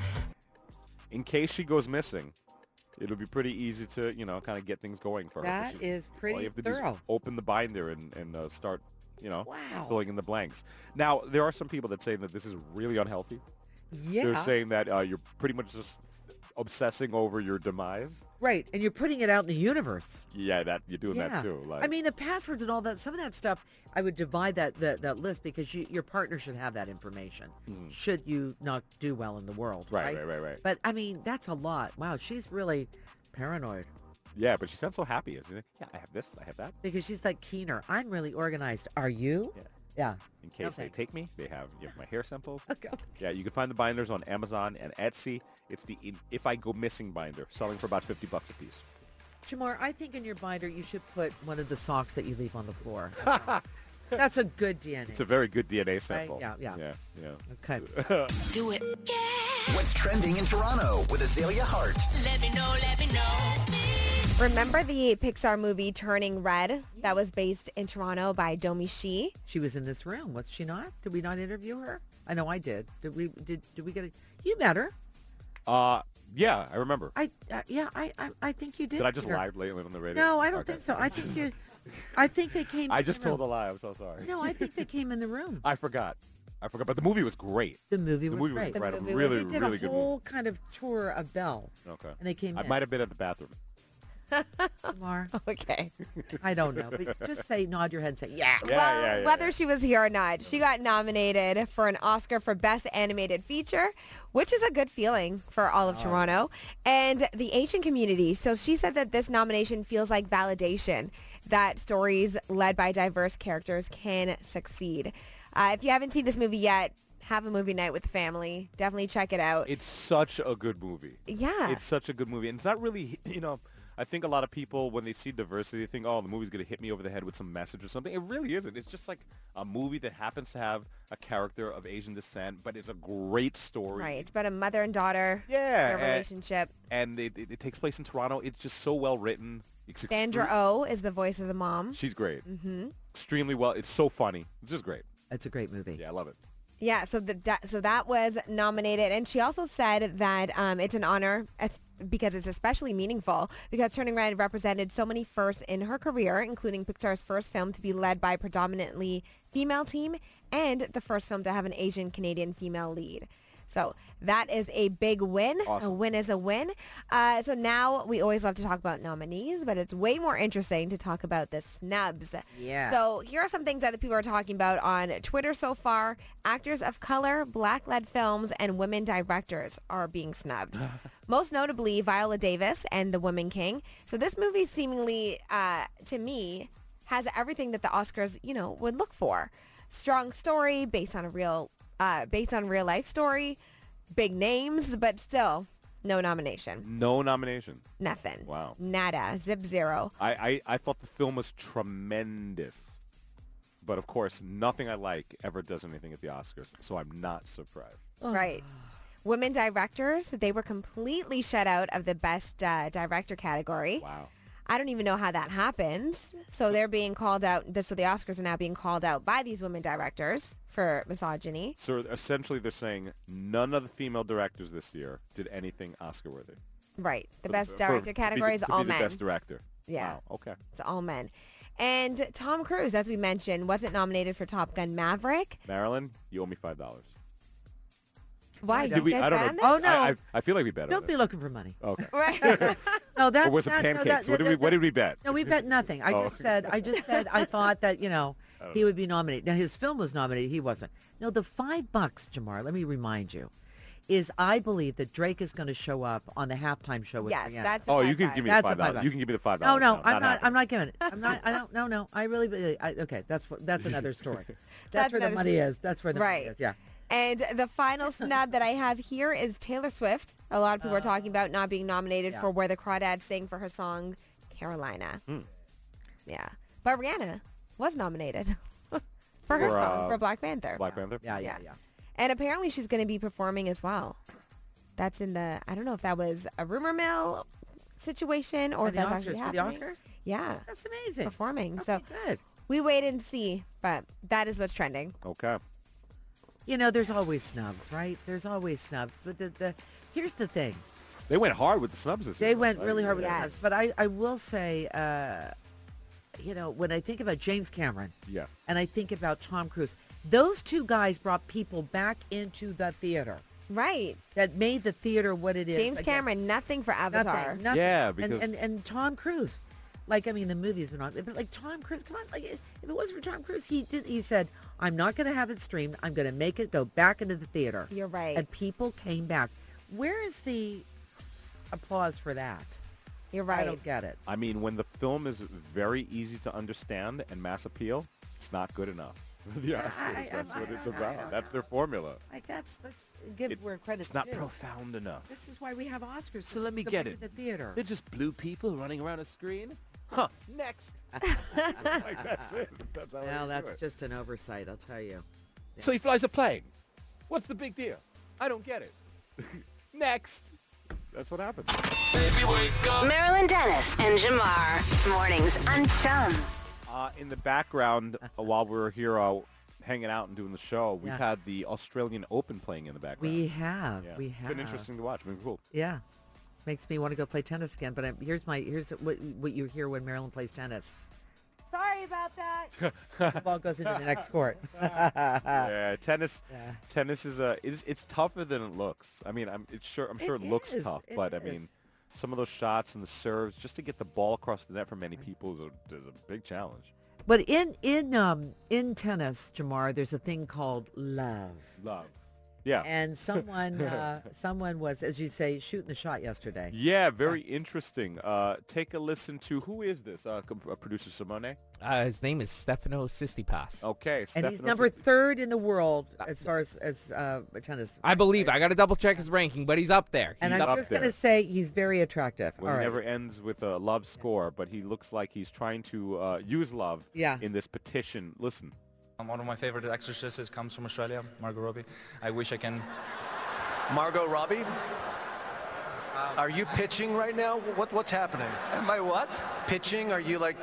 Speaker 2: In case she goes missing, it'll be pretty easy to, you know, kind of get things going for her.
Speaker 3: That
Speaker 2: She's-
Speaker 3: is
Speaker 2: All
Speaker 3: pretty
Speaker 2: you have to do is
Speaker 3: thorough.
Speaker 2: open the binder and, and uh, start, you know,
Speaker 3: Wow.
Speaker 2: filling in the blanks. Now, there are some people that say that this is really unhealthy.
Speaker 3: Yeah.
Speaker 2: They're saying that uh, you're pretty much just obsessing over your demise.
Speaker 3: right. And you're putting it out in the universe.
Speaker 2: Yeah, that you're doing
Speaker 3: yeah.
Speaker 2: that too. Like,
Speaker 3: I mean, the passwords and all that, some of that stuff, I would divide that, that, that list because you, your partner should have that information should you not do well in the world.
Speaker 2: Mm-hmm. Right,
Speaker 3: Right,
Speaker 2: right, right, right.
Speaker 3: But I mean, that's a lot. Wow. She's really paranoid
Speaker 2: yeah, but she sounds so happy. She's like, yeah, I have this, I have that.
Speaker 3: because she's like Keener. I'm really organized. Are you?
Speaker 2: Yeah.
Speaker 3: Yeah.
Speaker 2: In case they
Speaker 3: Okay.
Speaker 2: take me, they have you have my hair samples.
Speaker 3: Okay.
Speaker 2: Yeah, you can find the binders on Amazon and Etsy. It's the in- If I Go Missing binder, selling for about 50 bucks a piece.
Speaker 3: Jamar, I think in your binder you should put one of the socks that you leave on the floor. that's a good DNA.
Speaker 2: It's a very good DNA sample.
Speaker 3: yeah, yeah.
Speaker 2: Yeah, yeah.
Speaker 3: okay.
Speaker 7: Do it. Yeah.
Speaker 4: What's trending in Toronto with Azalea Hart?
Speaker 7: Let me know, let me know.
Speaker 5: Remember the Pixar movie Turning Red that was based in Toronto by Domi Shi?
Speaker 3: She was in this room, was she not? Did we not interview her? I know I did. Did we? Did did we get it? You met her.
Speaker 2: Uh, yeah, I remember.
Speaker 3: I uh, yeah. I, I I think you did.
Speaker 2: Did I just
Speaker 3: meet her.
Speaker 2: lie lately on the radio?
Speaker 3: No, I don't
Speaker 2: Okay.
Speaker 3: think so. I think you. I think they came.
Speaker 2: I
Speaker 3: in the
Speaker 2: just told a
Speaker 3: room.
Speaker 2: lie. I'm so sorry.
Speaker 3: No, I think they came in the room.
Speaker 2: I forgot. I forgot. But the movie was great.
Speaker 3: The movie
Speaker 2: The
Speaker 3: was
Speaker 2: movie was
Speaker 3: great.
Speaker 2: great. A
Speaker 5: movie was-
Speaker 2: really,
Speaker 3: They did
Speaker 2: really
Speaker 3: a
Speaker 2: good
Speaker 3: whole kind of tour of Belle.
Speaker 2: movie. Okay.
Speaker 3: and they came
Speaker 2: I
Speaker 3: in.
Speaker 2: might have been at the bathroom.
Speaker 3: Lamar,
Speaker 5: Okay.
Speaker 3: I don't know, but just say nod your head, and say yeah.
Speaker 2: Yeah,
Speaker 5: well,
Speaker 2: yeah, yeah,
Speaker 5: whether
Speaker 2: yeah.
Speaker 5: she was here or not, she got nominated for an Oscar for Best Animated Feature, which is a good feeling for all of
Speaker 2: Oh.
Speaker 5: Toronto and the Asian community. So she said that this nomination feels like validation that stories led by diverse characters can succeed. Uh, if you haven't seen this movie yet, have a movie night with the family. Definitely check it out.
Speaker 2: It's such a good movie.
Speaker 5: yeah.
Speaker 2: It's such a good movie. And it's not really, you know, I think a lot of people, when they see diversity, they think, oh, the movie's going to hit me over the head with some message or something. It really isn't. It's just like a movie that happens to have a character of Asian descent, but it's a great story.
Speaker 5: Right. It's about a mother and daughter.
Speaker 2: Yeah,
Speaker 5: Their
Speaker 2: and-
Speaker 5: relationship.
Speaker 2: And it, it, it takes place in Toronto. It's just so well written. It's
Speaker 5: Sandra Oh.
Speaker 2: extre-
Speaker 5: O oh is the voice of the mom.
Speaker 2: She's great. Mm-hmm. Extremely well. It's so funny. It's just great.
Speaker 3: It's a great movie.
Speaker 2: Yeah, I love it.
Speaker 5: Yeah, so the da- so that was nominated, and she also said that um, it's an honor as- because it's especially meaningful because Turning Red represented so many firsts in her career, including Pixar's first film to be led by a predominantly female team and the first film to have an Asian Canadian female lead. So that is a big win. A
Speaker 2: Awesome.
Speaker 5: win is a win. Uh, so now we always love to talk about nominees, but it's way more interesting to talk about the snubs.
Speaker 3: Yeah.
Speaker 5: So so here are some things that the people are talking about on Twitter so far. Actors of color, black-led films, and women directors are being snubbed. Most notably, Viola Davis and The Woman King. So this movie seemingly, uh, to me, has everything that the Oscars, you know, would look for. Strong story based on a real, uh, based on real life story, big names, but still no nomination,
Speaker 2: No nomination.
Speaker 5: nothing.
Speaker 2: Wow.
Speaker 5: Nada, zip zero.
Speaker 2: I, I, I thought the film was tremendous. But of course, nothing I like ever does anything at the Oscars, so I'm not surprised.
Speaker 5: Right. Women directors, they were completely shut out of the best uh, director category.
Speaker 2: Wow.
Speaker 5: I don't even know how that happens. So they're being called out. So the Oscars are now being called out by these women directors for misogyny.
Speaker 2: So essentially they're saying none of the female directors this year did anything Oscar worthy.
Speaker 5: Right. The best director category is
Speaker 2: to be
Speaker 5: all
Speaker 2: the
Speaker 5: men.
Speaker 2: best director.
Speaker 5: Yeah.
Speaker 2: Wow. Okay.
Speaker 5: It's all men. And Tom Cruise, as we mentioned, wasn't nominated for Top Gun Maverick.
Speaker 2: Marilyn, you owe me five dollars.
Speaker 5: Why? You
Speaker 2: Did we?
Speaker 5: guys
Speaker 2: I don't
Speaker 5: bad
Speaker 2: know.
Speaker 5: on
Speaker 3: Oh, no.
Speaker 2: I, I, I feel like we bet
Speaker 3: Don't
Speaker 2: on
Speaker 3: be
Speaker 2: it.
Speaker 3: looking for money.
Speaker 2: Okay.
Speaker 5: this? Right.
Speaker 3: No, that's
Speaker 2: Oh. Or was it
Speaker 3: that, no,
Speaker 2: pancakes?
Speaker 3: that-
Speaker 2: what did we?
Speaker 3: that-
Speaker 2: What did
Speaker 3: that-
Speaker 2: we bet?
Speaker 3: No, we bet nothing. I
Speaker 2: Oh.
Speaker 3: just said I just said I thought that, you know, he would be nominated. Now his film was nominated, he wasn't. No, the five bucks, Jamar, let me remind you, is I believe that Drake is gonna show up on the halftime show with
Speaker 5: yes,
Speaker 3: Rihanna.
Speaker 5: that's a
Speaker 2: Oh, you
Speaker 5: five
Speaker 2: can
Speaker 5: five.
Speaker 2: give me the
Speaker 3: That's a
Speaker 2: five dollars.
Speaker 3: five.
Speaker 2: You can give me the five
Speaker 3: No,
Speaker 2: dollars.
Speaker 3: no, I'm not.
Speaker 2: happening.
Speaker 3: I'm not giving it. I'm not. I don't. No, no. I really. I, okay, that's what. That's another story. That's,
Speaker 5: That's
Speaker 3: where the
Speaker 5: another
Speaker 3: money
Speaker 5: story.
Speaker 3: is. That's where the
Speaker 5: Right.
Speaker 3: money is. Yeah.
Speaker 5: And the final snub that I have here is Taylor Swift. A lot of people are
Speaker 3: Uh-huh.
Speaker 5: talking about not being nominated for Where the Crawdads Sing for her song Carolina.
Speaker 3: Mm.
Speaker 5: Yeah. But Rihanna was nominated for her
Speaker 2: For,
Speaker 5: song
Speaker 2: uh,
Speaker 5: for Black Panther.
Speaker 2: Black Panther.
Speaker 3: Yeah.
Speaker 5: yeah.
Speaker 3: Yeah. Yeah.
Speaker 5: And apparently she's going to be performing as well. That's in the, I don't know if that was a rumor mill situation or
Speaker 3: For
Speaker 5: if
Speaker 3: the
Speaker 5: that's actually
Speaker 3: Oscars. For the
Speaker 5: happening.
Speaker 3: Oscars.
Speaker 5: Yeah.
Speaker 3: That's amazing.
Speaker 5: Performing.
Speaker 3: Okay,
Speaker 5: So
Speaker 3: good.
Speaker 5: we wait and see. But that is what's trending.
Speaker 2: Okay.
Speaker 3: You know, there's always snubs, right? There's always snubs. But the, the here's the thing.
Speaker 2: They went hard with the snubs this year.
Speaker 3: They went
Speaker 2: Like,
Speaker 3: really hard with
Speaker 2: yeah.
Speaker 5: Yes.
Speaker 3: the snubs. But I, I will say, uh, you know, when I think about James Cameron
Speaker 2: Yeah.
Speaker 3: and I think about Tom Cruise, those two guys brought people back into the theater
Speaker 5: Right.
Speaker 3: that made the theater what it is.
Speaker 5: James
Speaker 3: again.
Speaker 5: Cameron, nothing for Avatar.
Speaker 3: Nothing, nothing.
Speaker 2: Yeah,
Speaker 3: And-
Speaker 2: because-
Speaker 3: and, and Tom Cruise, like I mean, the movie's been on, but like Tom Cruise, come on, like if it was for Tom Cruise, he did. He said, "I'm not going to have it streamed. I'm going to make it go back into the theater."
Speaker 5: You're right.
Speaker 3: And people came back. Where is the applause for that?
Speaker 5: You're right.
Speaker 3: I don't get it.
Speaker 2: I mean, when the film is very easy to understand and mass appeal, it's not good enough. for the Oscars.
Speaker 3: I-
Speaker 2: that's
Speaker 3: I-
Speaker 2: what
Speaker 3: I
Speaker 2: it's
Speaker 3: don't- I
Speaker 2: about.
Speaker 3: don't
Speaker 2: That's their formula.
Speaker 3: Like that's that's give
Speaker 2: It-
Speaker 3: where credit's
Speaker 2: it's not
Speaker 3: due.
Speaker 2: profound enough.
Speaker 3: This is why we have Oscars.
Speaker 2: So let me
Speaker 3: to
Speaker 2: get
Speaker 3: bring
Speaker 2: it.
Speaker 3: The theater.
Speaker 2: They're just blue people running around a screen. Huh. Next. like that's it. That's how.
Speaker 3: Well,
Speaker 2: they do
Speaker 3: that's
Speaker 2: it.
Speaker 3: just an oversight, I'll tell you.
Speaker 2: So he flies a plane. What's the big deal? I don't get it. Next. That's what happened.
Speaker 1: Marilyn Dennis and Jamar. Mornings on Chum.
Speaker 2: Uh, in the background, uh, while we were here uh, hanging out and doing the show, we've
Speaker 3: Yeah.
Speaker 2: had the Australian Open playing in the background.
Speaker 3: We have,
Speaker 2: Yeah.
Speaker 3: we
Speaker 2: It's
Speaker 3: have.
Speaker 2: been interesting to watch. Been cool.
Speaker 3: Yeah, makes me want to go play tennis again. But I, here's my here's what what you hear when Maryland plays tennis. Sorry about that. the ball goes into the next court.
Speaker 2: yeah, tennis.
Speaker 3: Yeah.
Speaker 2: Tennis is a it's, it's tougher than it looks. I mean, I'm it's sure I'm sure it,
Speaker 3: It
Speaker 2: looks
Speaker 3: is,
Speaker 2: tough,
Speaker 3: it
Speaker 2: but I mean,
Speaker 3: is.
Speaker 2: some of those shots and the serves just to get the ball across the net for many people is a is a big challenge.
Speaker 3: but in in um in tennis, Jamar, there's a thing called love.
Speaker 2: Love. Yeah.
Speaker 3: And someone, uh, someone was, as you say, shooting the shot yesterday.
Speaker 2: Yeah, very interesting. Uh, take a listen to who is this? Uh, co- uh, producer Simone.
Speaker 9: Uh, his name is Stefano Sistipas.
Speaker 2: Okay,
Speaker 3: And he's
Speaker 2: Stefanos
Speaker 3: number
Speaker 2: is-
Speaker 3: third in the world as far as as uh, tennis.
Speaker 9: I believe. I got to double check his ranking, but he's up there.
Speaker 3: and
Speaker 9: He's
Speaker 3: I'm
Speaker 9: up
Speaker 3: just
Speaker 2: there.
Speaker 3: going to say he's very attractive.
Speaker 2: Well,
Speaker 3: All
Speaker 2: he
Speaker 3: right.
Speaker 2: never ends with a love score, but he looks like he's trying to uh, use love
Speaker 3: Yeah.
Speaker 2: in this petition. Listen.
Speaker 6: Um, one of my favorite actresses comes from Australia, Margot Robbie. I wish I can.
Speaker 4: Margot Robbie? Are you pitching right now? What, what's happening?
Speaker 6: Am I what?
Speaker 4: Pitching? Are you like,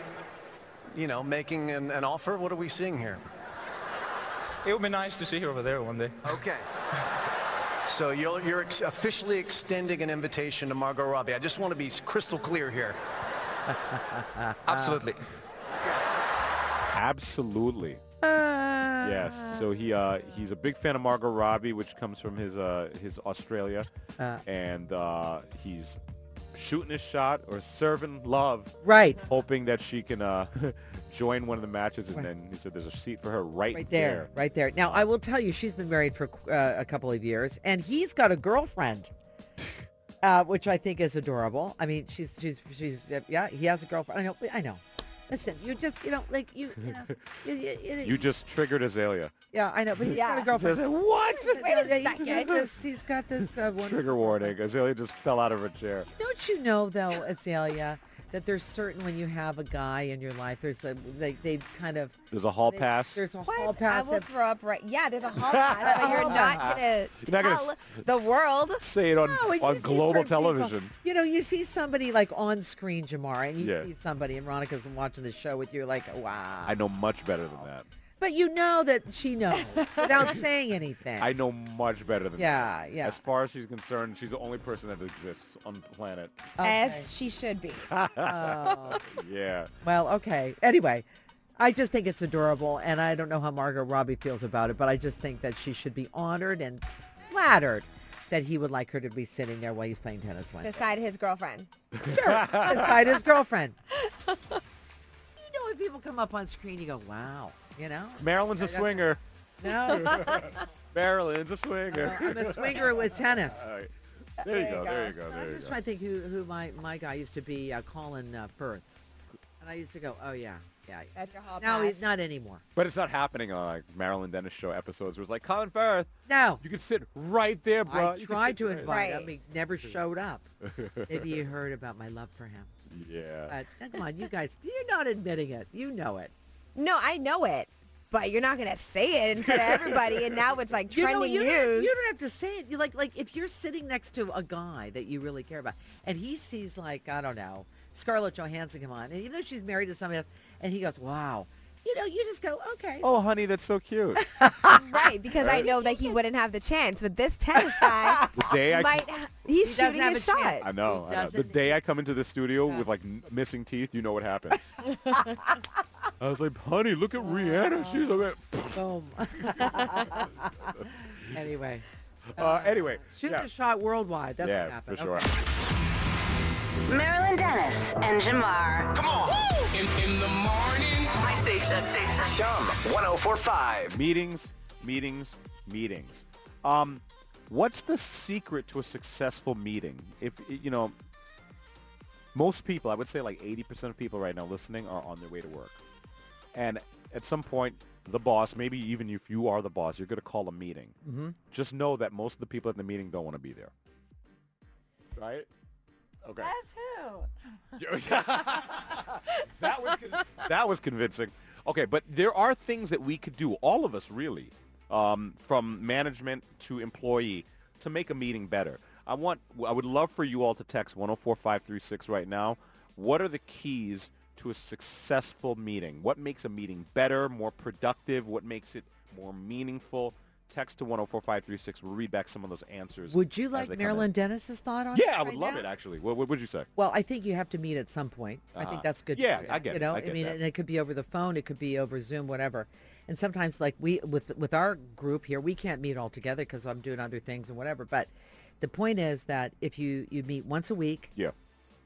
Speaker 4: you know, making an, an offer? What are we seeing here?
Speaker 6: It would be nice to see her over there one day.
Speaker 4: Okay. So you're, you're ex- officially extending an invitation to Margot Robbie. I just want to be crystal clear here.
Speaker 6: Absolutely.
Speaker 2: Absolutely.
Speaker 3: Ah.
Speaker 2: yes. So he uh, he's a big fan of Margot Robbie, which comes from his uh, his Australia, and uh, he's shooting his shot or serving love,
Speaker 3: Right.
Speaker 2: hoping that she can uh, join one of the matches. And then he said there's a seat for her right,
Speaker 3: Right there, right there. Now I will tell you, she's been married for uh, a couple of years, and he's got a girlfriend, uh, which I think is adorable. I mean, she's she's she's yeah, he has a girlfriend. I know, I know. Listen, you just you know like you you know you, you, you-
Speaker 2: You just triggered Azalea.
Speaker 3: yeah I know, but he's got
Speaker 5: Yeah.
Speaker 3: a girlfriend.
Speaker 2: Says, what?
Speaker 3: Wait
Speaker 5: a
Speaker 3: He's got
Speaker 5: second.
Speaker 3: this, he's got this uh, one.
Speaker 2: Trigger warning. Azalea just fell out of her chair.
Speaker 3: Don't you know though, Azalea, that there's certain when you have a guy in your life, there's a they they kind of
Speaker 2: There's a hall
Speaker 3: they-
Speaker 2: pass.
Speaker 3: There's a
Speaker 5: What?
Speaker 3: hall pass.
Speaker 5: I will
Speaker 3: of-
Speaker 5: throw up right. Yeah, there's a hall pass, but you're not gonna
Speaker 2: You're not gonna
Speaker 5: tell the world.
Speaker 2: Say it on,
Speaker 3: No, and
Speaker 2: on
Speaker 3: you see
Speaker 2: global
Speaker 3: certain people-
Speaker 2: television.
Speaker 3: you know, you see somebody like on screen, Jamar, and you
Speaker 2: Yeah.
Speaker 3: see somebody, and Veronica's watching the show with you, like, wow.
Speaker 2: I know much better than that.
Speaker 3: But you know that she knows without saying anything.
Speaker 2: I know much better than that.
Speaker 3: yeah, yeah.
Speaker 2: As far as she's concerned, she's the only person that exists on the planet.
Speaker 5: As she should be.
Speaker 2: Yeah.
Speaker 3: Well, okay. Anyway, I just think it's adorable, and I don't know how Margot Robbie feels about it, but I just think that she should be honored and flattered that he would like her to be sitting there while he's playing tennis one
Speaker 5: Beside his girlfriend.
Speaker 3: beside his girlfriend. you know when people come up on screen, you go, wow, you know?
Speaker 2: Marilyn's a swinger.
Speaker 3: No,
Speaker 2: Marilyn's a swinger.
Speaker 3: I'm a swinger with tennis.
Speaker 2: There you go. There you go. There
Speaker 3: I'm
Speaker 2: you
Speaker 3: just
Speaker 2: go.
Speaker 3: trying to think who, who my, my guy used to be, uh, Colin uh, Firth. And I used to go, oh, yeah, yeah. yeah.
Speaker 5: That's your hall
Speaker 3: Now
Speaker 5: pass.
Speaker 3: he's not anymore.
Speaker 2: But it's not happening on like Marilyn Dennis show episodes where it's like, Colin Firth,
Speaker 3: No.
Speaker 2: you can sit right there, bro.
Speaker 3: I tried to invite him.
Speaker 5: Right.
Speaker 3: He never showed up. Maybe you heard about my love for him.
Speaker 2: Yeah.
Speaker 3: But uh, come on, you guys, you're not admitting it. You know it.
Speaker 5: No, I know it, but you're not gonna say it in front of everybody. And now it's like
Speaker 3: You know,
Speaker 5: trending
Speaker 3: you Don't have,
Speaker 5: news.
Speaker 3: you don't have to say it. You like like if you're sitting next to a guy that you really care about, and he sees like I don't know Scarlett Johansson come on, and even though she's married to somebody else, and he goes, "Wow," you know, you just go, "Okay."
Speaker 2: Oh, honey, that's so cute.
Speaker 5: Right, because I know that he wouldldn't have the chance. But this tennis guy
Speaker 2: The day I
Speaker 5: might ha- he's
Speaker 3: He doesn't
Speaker 5: shooting
Speaker 3: have
Speaker 5: his
Speaker 3: a chance.
Speaker 5: shot.
Speaker 2: I know.
Speaker 3: He
Speaker 2: I know. The
Speaker 3: doesn't-
Speaker 2: day I come into the studio with like n- missing teeth, you know what happened. I was like, honey, look at Rihanna. She's a bit.
Speaker 3: Boom. anyway,
Speaker 2: Uh, anyway.
Speaker 3: shoot
Speaker 2: yeah.
Speaker 3: the shot worldwide. That's what
Speaker 2: yeah, for
Speaker 3: happened.
Speaker 2: sure.
Speaker 3: Okay.
Speaker 1: Marilyn Dennis and Jamar.
Speaker 4: Come on.
Speaker 7: In, in the morning.
Speaker 1: My station.
Speaker 4: Chum 1045.
Speaker 2: Meetings, meetings, meetings. Um, what's the secret to a successful meeting? If you know, most people, I would say like 80% of people right now listening are on their way to work. And at some point, the boss, maybe even if you are the boss, you're going to call a meeting. Mm-hmm. Just know that most of the people at the meeting don't want to be there. Right? Okay.
Speaker 5: who?
Speaker 2: that was con- that was convincing. Okay, but there are things that we could do, all of us really, um, from management to employee, to make a meeting better. I want, I would love for you all to text 104536 right now. What are the keys to a successful meeting? What makes a meeting better, more productive? What makes it more meaningful? Text to 104536. We'll read back some of those answers.
Speaker 3: Would you
Speaker 2: as they
Speaker 3: like
Speaker 2: come in.
Speaker 3: Marilyn Dennis's thought on?
Speaker 2: Yeah,
Speaker 3: it
Speaker 2: I would
Speaker 3: right
Speaker 2: love
Speaker 3: now?
Speaker 2: it actually. What, what would you say?
Speaker 3: Well, I think you have to meet at some point. I think that's good.
Speaker 2: Uh-huh. Yeah,
Speaker 3: for you.
Speaker 2: I get
Speaker 3: You
Speaker 2: it.
Speaker 3: know,
Speaker 2: I
Speaker 3: I,
Speaker 2: get
Speaker 3: mean,
Speaker 2: that.
Speaker 3: and it could be over the phone, it could be over Zoom, whatever. And sometimes, like we with with our group here, we can't meet all together because I'm doing other things and whatever. But the point is that if you you meet once a week,
Speaker 2: Yeah.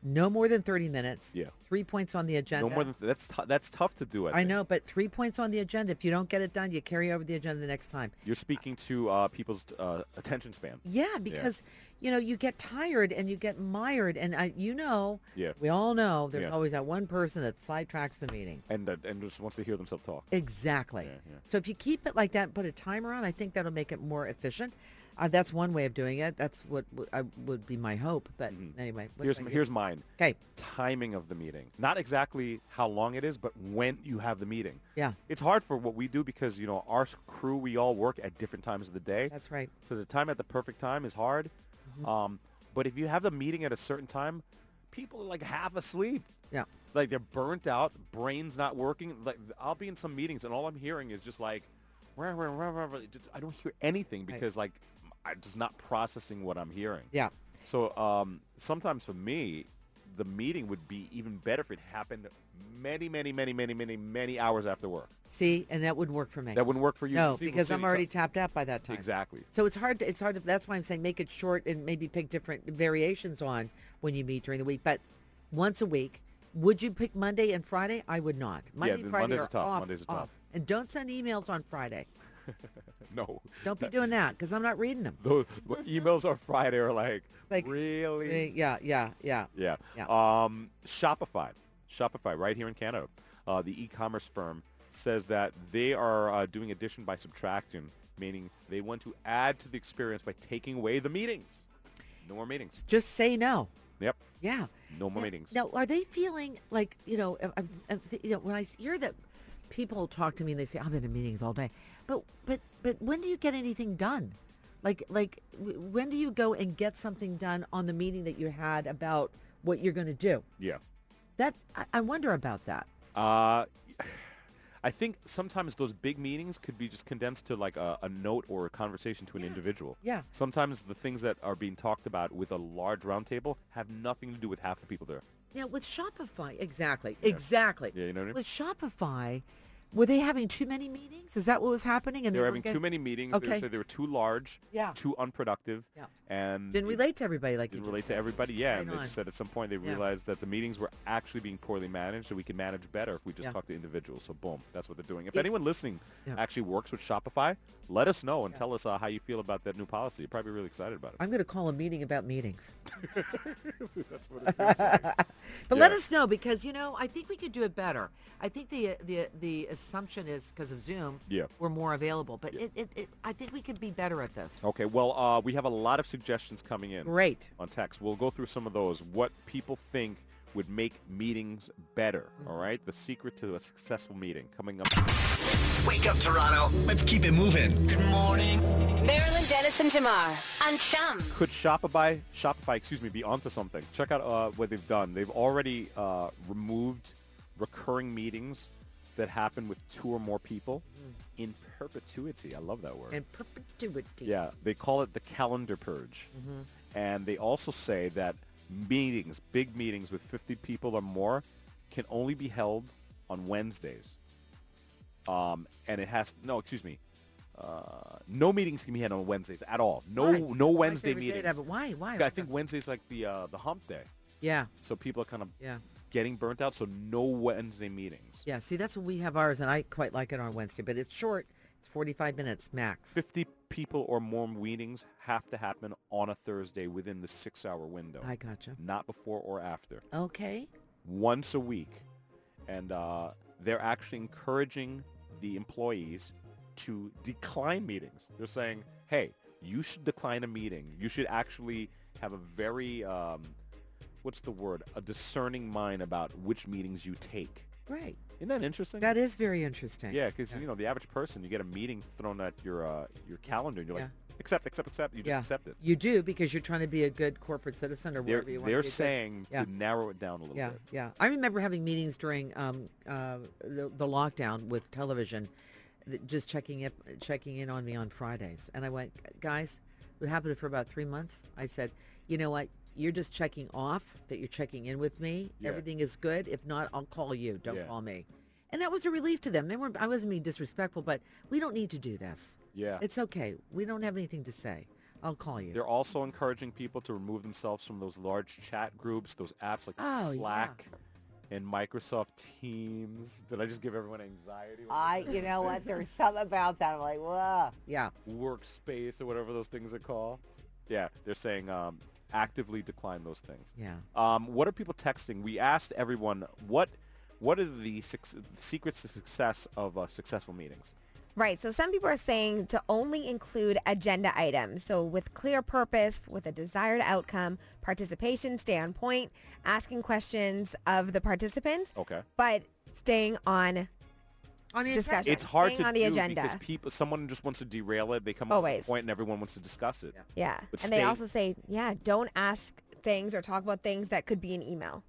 Speaker 3: no more than 30 minutes.
Speaker 2: Yeah.
Speaker 3: Three points on the agenda.
Speaker 2: No more than that's t- that's tough to do. I,
Speaker 3: uh, I
Speaker 2: think.
Speaker 3: know, but three points on the agenda. If you don't get it done, you carry over the agenda the next time.
Speaker 2: You're speaking to uh, people's uh, attention span.
Speaker 3: Yeah, because you know you get tired and you get mired, and I, you know,
Speaker 2: Yeah.
Speaker 3: we all know there's
Speaker 2: Yeah.
Speaker 3: always that one person that sidetracks the meeting.
Speaker 2: And uh, and just wants to hear themselves talk.
Speaker 3: Exactly. So if you keep it like that, and put a timer on. I think that'll make it more efficient. Uh, that's one way of doing it. That's what w- I, would be my hope. But anyway,
Speaker 2: Mm.
Speaker 3: what
Speaker 2: Here's
Speaker 3: about you?
Speaker 2: here's mine.
Speaker 3: okay.
Speaker 2: Timing of the meeting, not exactly how long it is, but when you have the meeting.
Speaker 3: Yeah.
Speaker 2: It's hard for what we do because you know our s- crew we all work at different times of the day.
Speaker 3: That's Mm-hmm. right.
Speaker 2: So the time at the perfect time is hard. Um, but if you have the meeting at a certain time, people are like half asleep.
Speaker 3: Yeah.
Speaker 2: Like they're burnt out, brain's not working. Like I'll be in some meetings and all I'm hearing is just like, rah, rah, rah, rah, rah. Just- I don't hear anything because like I'm just not processing what I'm hearing.
Speaker 3: Yeah.
Speaker 2: So um, sometimes for me, the meeting would be even better if it happened many, many, many, many, many, many hours after work.
Speaker 3: See, and that wouldn't work for me.
Speaker 2: That wouldn't work for you.
Speaker 3: No,
Speaker 2: See, we're
Speaker 3: because I'm
Speaker 2: sitting-
Speaker 3: already tapped out by that time.
Speaker 2: Exactly.
Speaker 3: So it's hard. To, it's hard. To, that's why I'm saying make it short and maybe pick different variations on when you meet during the week. But once a week, would you pick Monday and Friday? I would not. Monday,
Speaker 2: the
Speaker 3: Friday
Speaker 2: Mondays
Speaker 3: are,
Speaker 2: are tough.
Speaker 3: off.
Speaker 2: Mondays are tough.
Speaker 3: off. And don't send emails on Friday.
Speaker 2: No.
Speaker 3: Don't be doing that because I'm not reading them.
Speaker 2: those what emails on Friday are like,
Speaker 3: Like,
Speaker 2: really?
Speaker 3: Uh, Yeah, yeah, yeah.
Speaker 2: yeah.
Speaker 3: yeah.
Speaker 2: Um, Shopify, Shopify, right here in Canada, uh, the e-commerce firm says that they are uh, doing addition by subtraction, meaning they want to add to the experience by taking away the meetings. No more meetings.
Speaker 3: Just say no.
Speaker 2: Yep.
Speaker 3: Yeah.
Speaker 2: No more
Speaker 3: Now-
Speaker 2: meetings.
Speaker 3: Now, are they feeling like you know? I- I- I- you know, when I hear that people talk to me and they say, "I've been in meetings all day," but but but when do you get anything done? Like like w- when do you go and get something done on the meeting that you had about what you're going to do?
Speaker 2: Yeah.
Speaker 3: That I, I wonder about that.
Speaker 2: Uh, I think sometimes those big meetings could be just condensed to like a, a note or a conversation to an individual.
Speaker 3: Yeah.
Speaker 2: Sometimes the things that are being talked about with a large roundtable have nothing to do with half the people there.
Speaker 3: Now with Shopify, exactly, exactly.
Speaker 2: Yeah, you know what I mean?
Speaker 3: With Shopify, were they having too many meetings? Is that what was happening? And
Speaker 2: They were
Speaker 3: weren't
Speaker 2: having
Speaker 3: get-
Speaker 2: too many meetings. They
Speaker 3: Okay.
Speaker 2: said they were too large,
Speaker 3: Yeah.
Speaker 2: too unproductive,
Speaker 3: Yeah.
Speaker 2: and
Speaker 3: Didn't
Speaker 2: it
Speaker 3: relate to everybody like you
Speaker 2: Didn't
Speaker 3: just
Speaker 2: relate
Speaker 3: said.
Speaker 2: to everybody. Yeah, and
Speaker 3: Right
Speaker 2: they
Speaker 3: on.
Speaker 2: just said at some point they
Speaker 3: Yeah.
Speaker 2: realized that the meetings were actually being poorly managed, so we could manage better if we just
Speaker 3: Yeah.
Speaker 2: talk to individuals. So boom, that's what they're doing. If
Speaker 3: It-
Speaker 2: anyone listening
Speaker 3: Yeah.
Speaker 2: actually works with Shopify, let us know and tell us uh, how you feel about that new policy. You're probably really excited about it.
Speaker 3: I'm going to call a meeting about meetings.
Speaker 2: That's what it feels like.
Speaker 3: But let
Speaker 2: Yeah.
Speaker 3: us know because you know I think we could do it better. I think the the the assumption is because of Zoom,
Speaker 2: Yeah.
Speaker 3: we're more available. But it, it, it I think we could be better at this.
Speaker 2: Okay, well, uh, we have a lot of suggestions coming in.
Speaker 3: Great.
Speaker 2: on text. We'll go through some of those. What people think would make meetings better.
Speaker 3: Mm-hmm.
Speaker 2: all right, the secret to a successful meeting coming up.
Speaker 7: Wake up, Toronto. Let's keep it moving. Good morning.
Speaker 1: Marilyn Dennis and Jamar on Chum.
Speaker 2: Could Shopify, Shopify, excuse me, be onto something? Check out uh, what they've done. They've already uh, removed recurring meetings that happen with two or more people in perpetuity. I love that word.
Speaker 3: Mm-hmm. And perpetuity.
Speaker 2: Yeah, they call it the calendar purge.
Speaker 3: Mm-hmm.
Speaker 2: And they also say that meetings, big meetings with 50 people or more, can only be held on Wednesdays. Um, and it has, no, excuse me. Uh, no meetings can be had on Wednesdays at all. No,
Speaker 3: Why?
Speaker 2: no
Speaker 3: It's my
Speaker 2: Wednesday
Speaker 3: favorite day to
Speaker 2: meetings.
Speaker 3: have it. Why? Why?
Speaker 2: I think Wednesday's like the uh, the hump day,
Speaker 3: Yeah.
Speaker 2: so people are kind of
Speaker 3: Yeah.
Speaker 2: getting burnt out. So no Wednesday meetings.
Speaker 3: Yeah. See, that's what we have ours, and I quite like it on Wednesday, but it's short. It's forty five minutes max.
Speaker 2: 50 people or more meetings have to happen on a Thursday within the six-hour window,
Speaker 3: I gotcha.
Speaker 2: not before or after.
Speaker 3: Okay.
Speaker 2: once a week, and uh, they're actually encouraging the employees to decline meetings. They're saying, "Hey, you should decline a meeting. You should actually have a very um, what's the word? A discerning mind about which meetings you take."
Speaker 3: Great.
Speaker 2: Isn't that interesting?
Speaker 3: That is very interesting.
Speaker 2: Yeah, because you know the average person, you get a meeting thrown at your uh, your calendar, and you're like, "Accept, accept, accept." You just
Speaker 3: Yeah.
Speaker 2: accept it.
Speaker 3: You do because you're trying to be a good corporate citizen or
Speaker 2: They're,
Speaker 3: whatever you want.
Speaker 2: they're
Speaker 3: to be a good-
Speaker 2: saying
Speaker 3: Yeah.
Speaker 2: to narrow it down a little
Speaker 3: Yeah,
Speaker 2: bit.
Speaker 3: yeah. I remember having meetings during um, uh, the, the lockdown with television, th- just checking up, checking in on me on Fridays, and I went, guys, it happened for about three months. I said, you know what? You're just checking off that you're checking in with me.
Speaker 2: Yeah.
Speaker 3: Everything is good. If not, I'll call you. Don't
Speaker 2: Yeah.
Speaker 3: call me. And that was a relief to them. They weren't. I wasn't being disrespectful, but we don't need to do this.
Speaker 2: Yeah.
Speaker 3: It's okay. We don't have anything to say. I'll call you.
Speaker 2: They're also encouraging people to remove themselves from those large chat groups, those apps like
Speaker 3: Oh, yeah.
Speaker 2: Slack and Microsoft Teams. Did I just give everyone anxiety? when
Speaker 10: I,
Speaker 2: I
Speaker 10: you know what? There's something about that. I'm like, whoa.
Speaker 3: Yeah.
Speaker 2: said Workspace or whatever those things are called. Yeah, they're saying um, actively decline those things.
Speaker 3: Yeah.
Speaker 2: Um, what are people texting? We asked everyone what what are the suc secrets to success of uh, successful meetings?
Speaker 5: Right. So some people are saying to only include agenda items. So with clear purpose, with a desired outcome, participation, stay on point, asking questions of the participants.
Speaker 2: Okay.
Speaker 5: But staying on
Speaker 3: On the
Speaker 5: Discussion.
Speaker 3: agenda.
Speaker 2: It's hard
Speaker 5: Staying
Speaker 2: to
Speaker 5: on the
Speaker 2: do
Speaker 5: agenda.
Speaker 2: because people someone just wants to derail it. They come up with
Speaker 5: Always.
Speaker 2: a point and everyone wants to discuss it.
Speaker 5: yeah.
Speaker 2: But
Speaker 5: and
Speaker 2: stay-
Speaker 5: they also say, yeah, don't ask things or talk about things that could be an email.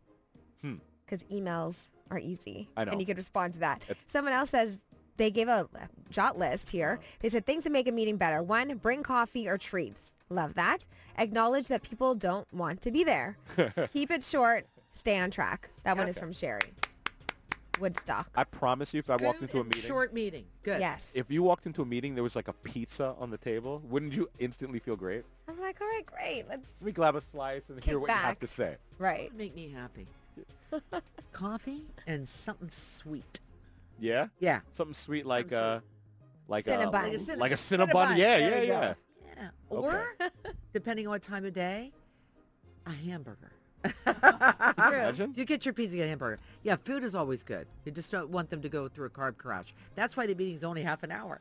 Speaker 2: Hmm.
Speaker 5: Because emails are easy.
Speaker 2: I know.
Speaker 5: And you could respond to that.
Speaker 2: It's-
Speaker 5: Someone else says they gave a a jot list here.
Speaker 2: Uh-huh.
Speaker 5: They said things that make a meeting better. One, bring coffee or treats. Love that. Acknowledge that people don't want to be there. Keep it short. Stay on track. That one is from Sherry. Woodstock.
Speaker 2: I promise you, if I walked
Speaker 3: Good
Speaker 2: into a
Speaker 3: and
Speaker 2: meeting,
Speaker 3: Short meeting. Good.
Speaker 5: yes.
Speaker 2: if you walked into a meeting, there was like a pizza on the table, wouldn't you instantly feel great?
Speaker 5: I'm like, all right, great. Let's.
Speaker 2: We grab a slice and hear
Speaker 5: Kick
Speaker 2: what you have
Speaker 5: back.
Speaker 2: to say.
Speaker 5: Right.
Speaker 3: Would make me happy. Coffee and something sweet.
Speaker 2: Yeah,
Speaker 3: Yeah.
Speaker 2: something sweet like
Speaker 3: Something
Speaker 2: uh, like a
Speaker 5: Cinnabon.
Speaker 2: like
Speaker 5: Like
Speaker 2: a cinnabon.
Speaker 5: a
Speaker 3: cinnab-
Speaker 2: Cinnabon.
Speaker 3: Cinnabon.
Speaker 2: Yeah,
Speaker 3: There
Speaker 2: yeah,
Speaker 3: you go.
Speaker 2: yeah.
Speaker 3: Yeah.
Speaker 2: Okay.
Speaker 3: Or, depending on what time of day, a hamburger.
Speaker 2: Imagine.
Speaker 3: You get your pizza and hamburger. Yeah, food is always good. You just don't want them to go through a carb crash. That's why the meeting's only half an hour.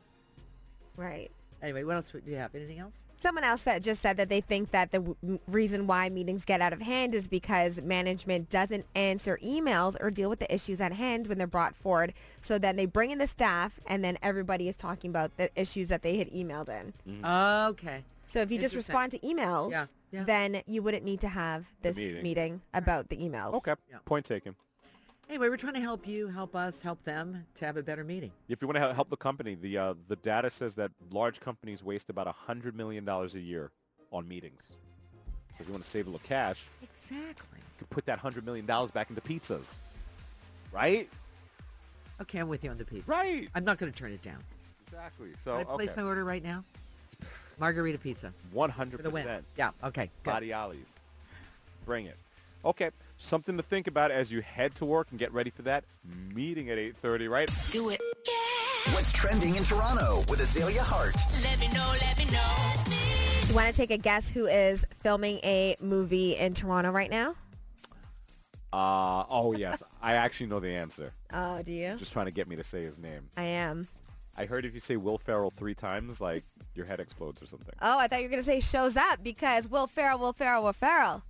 Speaker 5: Right.
Speaker 3: Anyway, what else do you have? Anything else?
Speaker 5: Someone else said, just said that they think that the w- reason why meetings get out of hand is because management doesn't answer emails or deal with the issues at hand when they're brought forward. So then they bring in the staff, and then everybody is talking about the issues that they had emailed in.
Speaker 2: Mm-hmm.
Speaker 3: Okay.
Speaker 5: So if you just
Speaker 3: Mm-hmm. Interesting.
Speaker 5: respond to emails,
Speaker 3: Yeah, yeah.
Speaker 5: then you wouldn't need to have this
Speaker 2: meeting.
Speaker 5: meeting. about the emails.
Speaker 2: Okay,
Speaker 3: Yeah.
Speaker 2: point taken.
Speaker 3: Anyway, we're trying to help you, help us, help them to have a better meeting.
Speaker 2: If you want to help the company, the uh, the data says that large companies waste about hundred million dollars a year on meetings. So if you want to save a little cash,
Speaker 3: Exactly.
Speaker 2: you could put that hundred million dollars back into pizzas, right?
Speaker 3: Okay, I'm with you on the pizza.
Speaker 2: Right.
Speaker 3: I'm not going to turn it down.
Speaker 2: Exactly. So
Speaker 3: Can I place my
Speaker 2: Oh, okay,
Speaker 3: order right now? Margarita pizza.
Speaker 2: one
Speaker 3: For
Speaker 2: hundred
Speaker 3: the win.
Speaker 2: percent.
Speaker 3: Yeah, okay. Good.
Speaker 2: Body alleys. Bring it. Okay, something to think about as you head to work and get ready for that meeting at 8.30, right?
Speaker 1: Do it.
Speaker 7: What's trending in Toronto with Azalea Hart?
Speaker 1: Let me know, let me know.
Speaker 5: You want to take a guess who is filming a movie in Toronto right now?
Speaker 2: Uh, oh, yes. I actually know the answer.
Speaker 5: Oh, do you?
Speaker 2: Just trying to get me to say his name.
Speaker 5: I am.
Speaker 2: I heard if you say Will Ferrell three times, like, your head explodes or something.
Speaker 5: Oh, I thought you were gonna say shows up because Will Ferrell, Will Ferrell, Will Ferrell.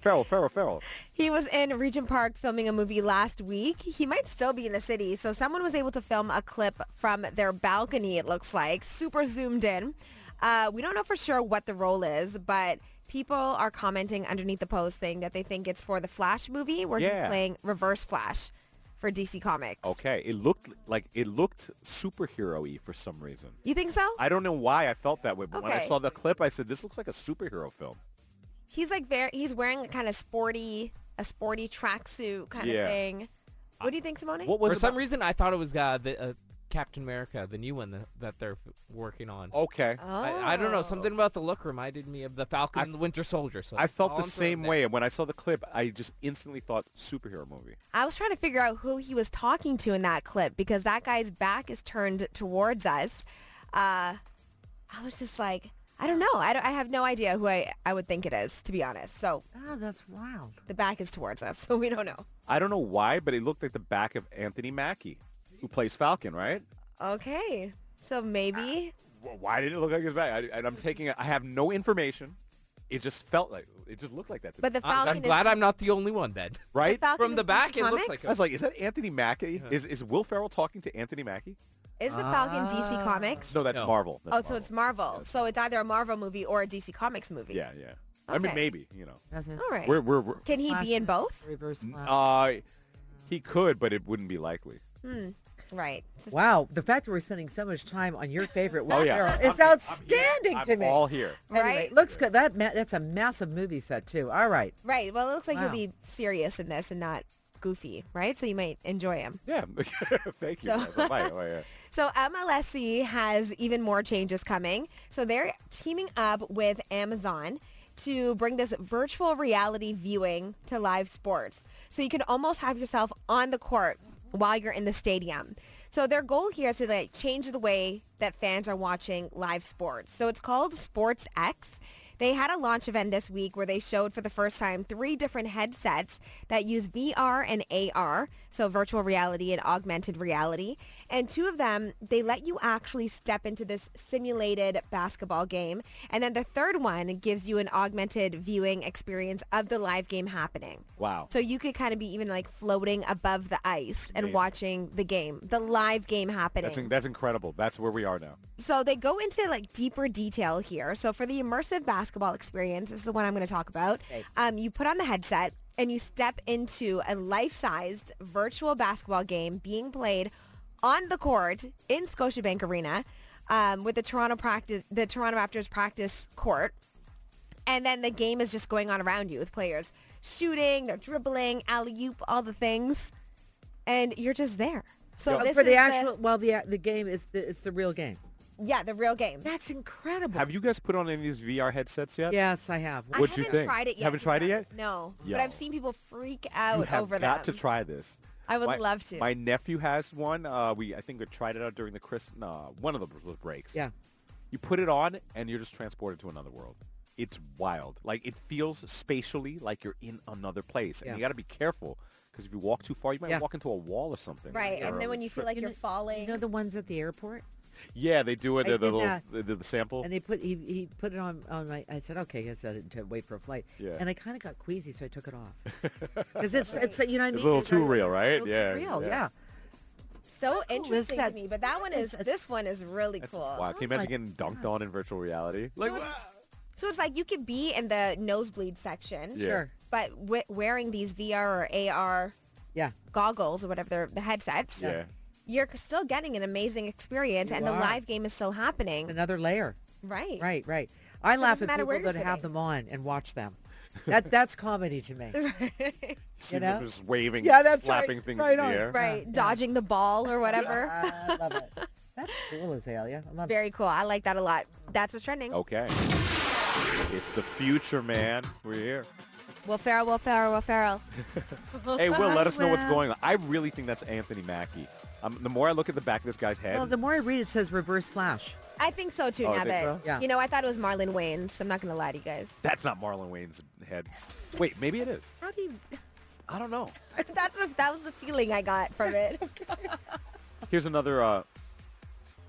Speaker 2: Ferrell, Ferrell, Ferrell.
Speaker 5: He was in Regent Park filming a movie last week. He might still be in the city. So someone was able to film a clip from their balcony, it looks like, super zoomed in. Uh, we don't know for sure what the role is, but people are commenting underneath the post saying that they think it's for the Flash movie where
Speaker 2: Yeah.
Speaker 5: he's playing Reverse Flash for DC Comics.
Speaker 2: Okay, it looked like it looked superhero-y for some reason.
Speaker 5: You think so?
Speaker 2: I don't know why I felt that way, but when I
Speaker 5: Okay.
Speaker 2: saw the clip, I said, this looks like a superhero film.
Speaker 5: he's like very, he's wearing a kind of sporty, a sporty tracksuit kind
Speaker 2: Yeah.
Speaker 5: of thing. What do you think, Simone?
Speaker 2: What was
Speaker 9: For
Speaker 2: it
Speaker 9: some
Speaker 2: about-
Speaker 9: reason, I thought it was uh, the, uh, Captain America, the new one that, that they're f- working on.
Speaker 2: Okay.
Speaker 9: I, I don't know. Something about the look reminded me of the Falcon
Speaker 2: I-
Speaker 9: and the Winter Soldier. So
Speaker 2: I
Speaker 9: that's
Speaker 2: felt
Speaker 9: all
Speaker 2: the
Speaker 9: I'm throwing
Speaker 2: same
Speaker 9: there.
Speaker 2: way. And when I saw the clip, I just instantly thought superhero movie.
Speaker 5: I was trying to figure out who he was talking to in that clip because that guy's back is turned towards us. Uh, I was just like, I don't know. I, don't, I have no idea who I, I would think it is, to be honest. So
Speaker 3: Ah, that's wild.
Speaker 5: the back is towards us, so we don't know.
Speaker 2: I don't know why, but it looked like the back of Anthony Mackie, who plays Falcon, right?
Speaker 5: Okay. So maybe.
Speaker 2: Wh- Why did it look like his back? I, and I'm taking, I have no information. It just felt like, it just looked like that to
Speaker 5: But
Speaker 2: me,
Speaker 5: the
Speaker 9: I-
Speaker 5: Falcon
Speaker 9: I'm glad
Speaker 5: is,
Speaker 9: I'm not the only one then.
Speaker 2: right?
Speaker 5: Falcon
Speaker 9: From
Speaker 5: is
Speaker 9: the back,
Speaker 5: DC
Speaker 9: it looks
Speaker 5: Comics?
Speaker 9: like
Speaker 2: I was like, is that Anthony Mackie? Is is Will Ferrell talking to Anthony Mackie?
Speaker 5: is the Falcon DC Comics?
Speaker 2: No, that's
Speaker 9: No.
Speaker 2: Marvel. That's
Speaker 5: oh, so it's Marvel. So it's either a Marvel movie or a DC Comics movie.
Speaker 2: Yeah, yeah. I mean,
Speaker 5: Okay.
Speaker 2: maybe, you know.
Speaker 3: That's it.
Speaker 5: All right.
Speaker 2: We're, we're, we're
Speaker 5: Can he be in both?
Speaker 3: Reverse flash.
Speaker 2: uh, he could, but it wouldn't be likely.
Speaker 5: Right.
Speaker 3: wow, the fact that we're spending so much time on your favorite Will
Speaker 2: Oh, yeah.
Speaker 3: Ferrell
Speaker 2: I'm-
Speaker 3: is
Speaker 2: I'm-
Speaker 3: outstanding
Speaker 2: I'm
Speaker 3: to me.
Speaker 2: all here.
Speaker 3: Anyway,
Speaker 5: Right?
Speaker 3: looks good. That ma- that's a massive movie set too. All right.
Speaker 5: Right. Well, it looks like
Speaker 3: Wow.
Speaker 5: he'll be serious in this and not goofy, right? So you might enjoy him.
Speaker 2: Yeah. Thank you.
Speaker 5: So-
Speaker 2: I was like, why- why, uh,
Speaker 5: So MLSE has even more changes coming. So they're teaming up with Amazon to bring this virtual reality viewing to live sports. So you can almost have yourself on the court while you're in the stadium. So their goal here is to like change the way that fans are watching live sports. So it's called Sports X. They had a launch event this week where they showed for the first time three different headsets that use VR and AR, so virtual reality and augmented reality. And two of them, they let you actually step into this simulated basketball game. And then the third one gives you an augmented viewing experience of the live game happening.
Speaker 2: Wow.
Speaker 5: So you could kind of be even like floating above the ice and watching the game, the live game happening
Speaker 2: That's, in- that's incredible. That's where we are now.
Speaker 5: so they go into like deeper detail here. So for the immersive basketball experience, this is the one I'm going to talk about. Um, you put on the headset and you step into a life-sized virtual basketball game being played on the court in Scotiabank Arena um, with the Toronto practice, the Toronto Raptors practice court. And then the game is just going on around you with players shooting, they're dribbling, alley-oop, all the things. And you're just there. So
Speaker 3: Oh,
Speaker 5: this
Speaker 3: for
Speaker 5: is
Speaker 3: the actual, well, the the game is the, it's the real game.
Speaker 5: yeah, the real game.
Speaker 3: That's incredible.
Speaker 2: Have you guys put on any of these VR headsets yet?
Speaker 3: Yes, I have.
Speaker 5: I
Speaker 2: What'd you
Speaker 5: haven't
Speaker 2: think?
Speaker 5: Tried it yet,
Speaker 2: Haven't
Speaker 5: to be
Speaker 2: tried it yet?
Speaker 5: honest. No,
Speaker 2: Yo.
Speaker 5: but I've seen people freak
Speaker 2: You
Speaker 5: out
Speaker 2: have
Speaker 5: over
Speaker 2: got
Speaker 5: them.
Speaker 2: to try this.
Speaker 5: I would
Speaker 2: my,
Speaker 5: love to.
Speaker 2: My nephew has one. Uh, we I think we tried it out during the Chris. No, one of the breaks.
Speaker 3: Yeah.
Speaker 2: You put it on, and you're just transported to another world. It's wild. Like it feels spatially like you're in another place, and
Speaker 3: Yeah.
Speaker 2: you got to be careful because if you walk too far, you might
Speaker 3: Yeah.
Speaker 2: walk into a wall or something.
Speaker 5: right,
Speaker 2: Or
Speaker 5: and then when you feel
Speaker 2: trip.
Speaker 5: like
Speaker 3: You
Speaker 5: you're
Speaker 3: know-
Speaker 5: falling,
Speaker 3: You know the ones at the airport,
Speaker 2: yeah, they do it.
Speaker 3: I
Speaker 2: They're the
Speaker 3: did
Speaker 2: little
Speaker 3: that.
Speaker 2: they do the sample.
Speaker 3: and they put he, he put it on on my. I said okay, I said to wait for a flight.
Speaker 2: Yeah.
Speaker 3: And I kind of got queasy, so I took it off because it's it's you know what I mean.
Speaker 2: It's a little
Speaker 3: 'Cause I-
Speaker 2: too real, right?
Speaker 3: a little
Speaker 2: Yeah,
Speaker 3: Too real,
Speaker 2: yeah.
Speaker 3: yeah.
Speaker 5: so
Speaker 3: is
Speaker 5: interesting
Speaker 3: that-
Speaker 5: to me. But that one is this one is really
Speaker 2: That's
Speaker 5: cool.
Speaker 2: wild. Can you imagine getting dunked on in virtual reality? Like, wow.
Speaker 5: So it's like you could be in the nosebleed section,
Speaker 2: Yeah. Sure.
Speaker 5: but w- wearing these VR or AR
Speaker 3: Yeah.
Speaker 5: goggles or whatever they're, the headsets,
Speaker 2: yeah.
Speaker 5: you're still getting an amazing experience,
Speaker 3: You
Speaker 5: and the
Speaker 3: are.
Speaker 5: live game is still happening.
Speaker 3: Another layer.
Speaker 5: Right.
Speaker 3: Right, right. I laugh
Speaker 5: doesn't
Speaker 3: at
Speaker 5: matter
Speaker 3: people
Speaker 5: where you're
Speaker 3: that have
Speaker 5: sitting.
Speaker 3: them on and watch them. That that's comedy to me.
Speaker 2: See
Speaker 3: You
Speaker 2: them
Speaker 3: know?
Speaker 2: just waving,
Speaker 3: Yeah,
Speaker 2: and
Speaker 3: that's right.
Speaker 2: slapping things
Speaker 3: Right
Speaker 2: in the
Speaker 3: on.
Speaker 2: air.
Speaker 5: Right. Dodging the ball or whatever.
Speaker 3: I love it. That's cool, Azalea. I love it.
Speaker 5: Very cool. I like that a lot. That's what's trending.
Speaker 2: Okay. It's the future, man. We're here.
Speaker 5: Will Ferrell, Will Ferrell, Will Ferrell.
Speaker 2: Hey, Will, let us know what's
Speaker 3: Well.
Speaker 2: going on. I really think that's Anthony Mackie. Um, the more I look at the back of this guy's head,
Speaker 3: Well, the more I read, it says reverse flash.
Speaker 5: I think so too.
Speaker 2: Oh, you
Speaker 5: now
Speaker 2: think
Speaker 5: that
Speaker 2: so?
Speaker 3: Yeah.
Speaker 5: you know, I thought it was Marlon Wayans. I'm not gonna lie to you guys.
Speaker 2: that's not Marlon Wayne's head. Wait, maybe it is.
Speaker 5: How do you?
Speaker 2: I don't know.
Speaker 5: That's what that was the feeling I got from it.
Speaker 2: Here's another, uh,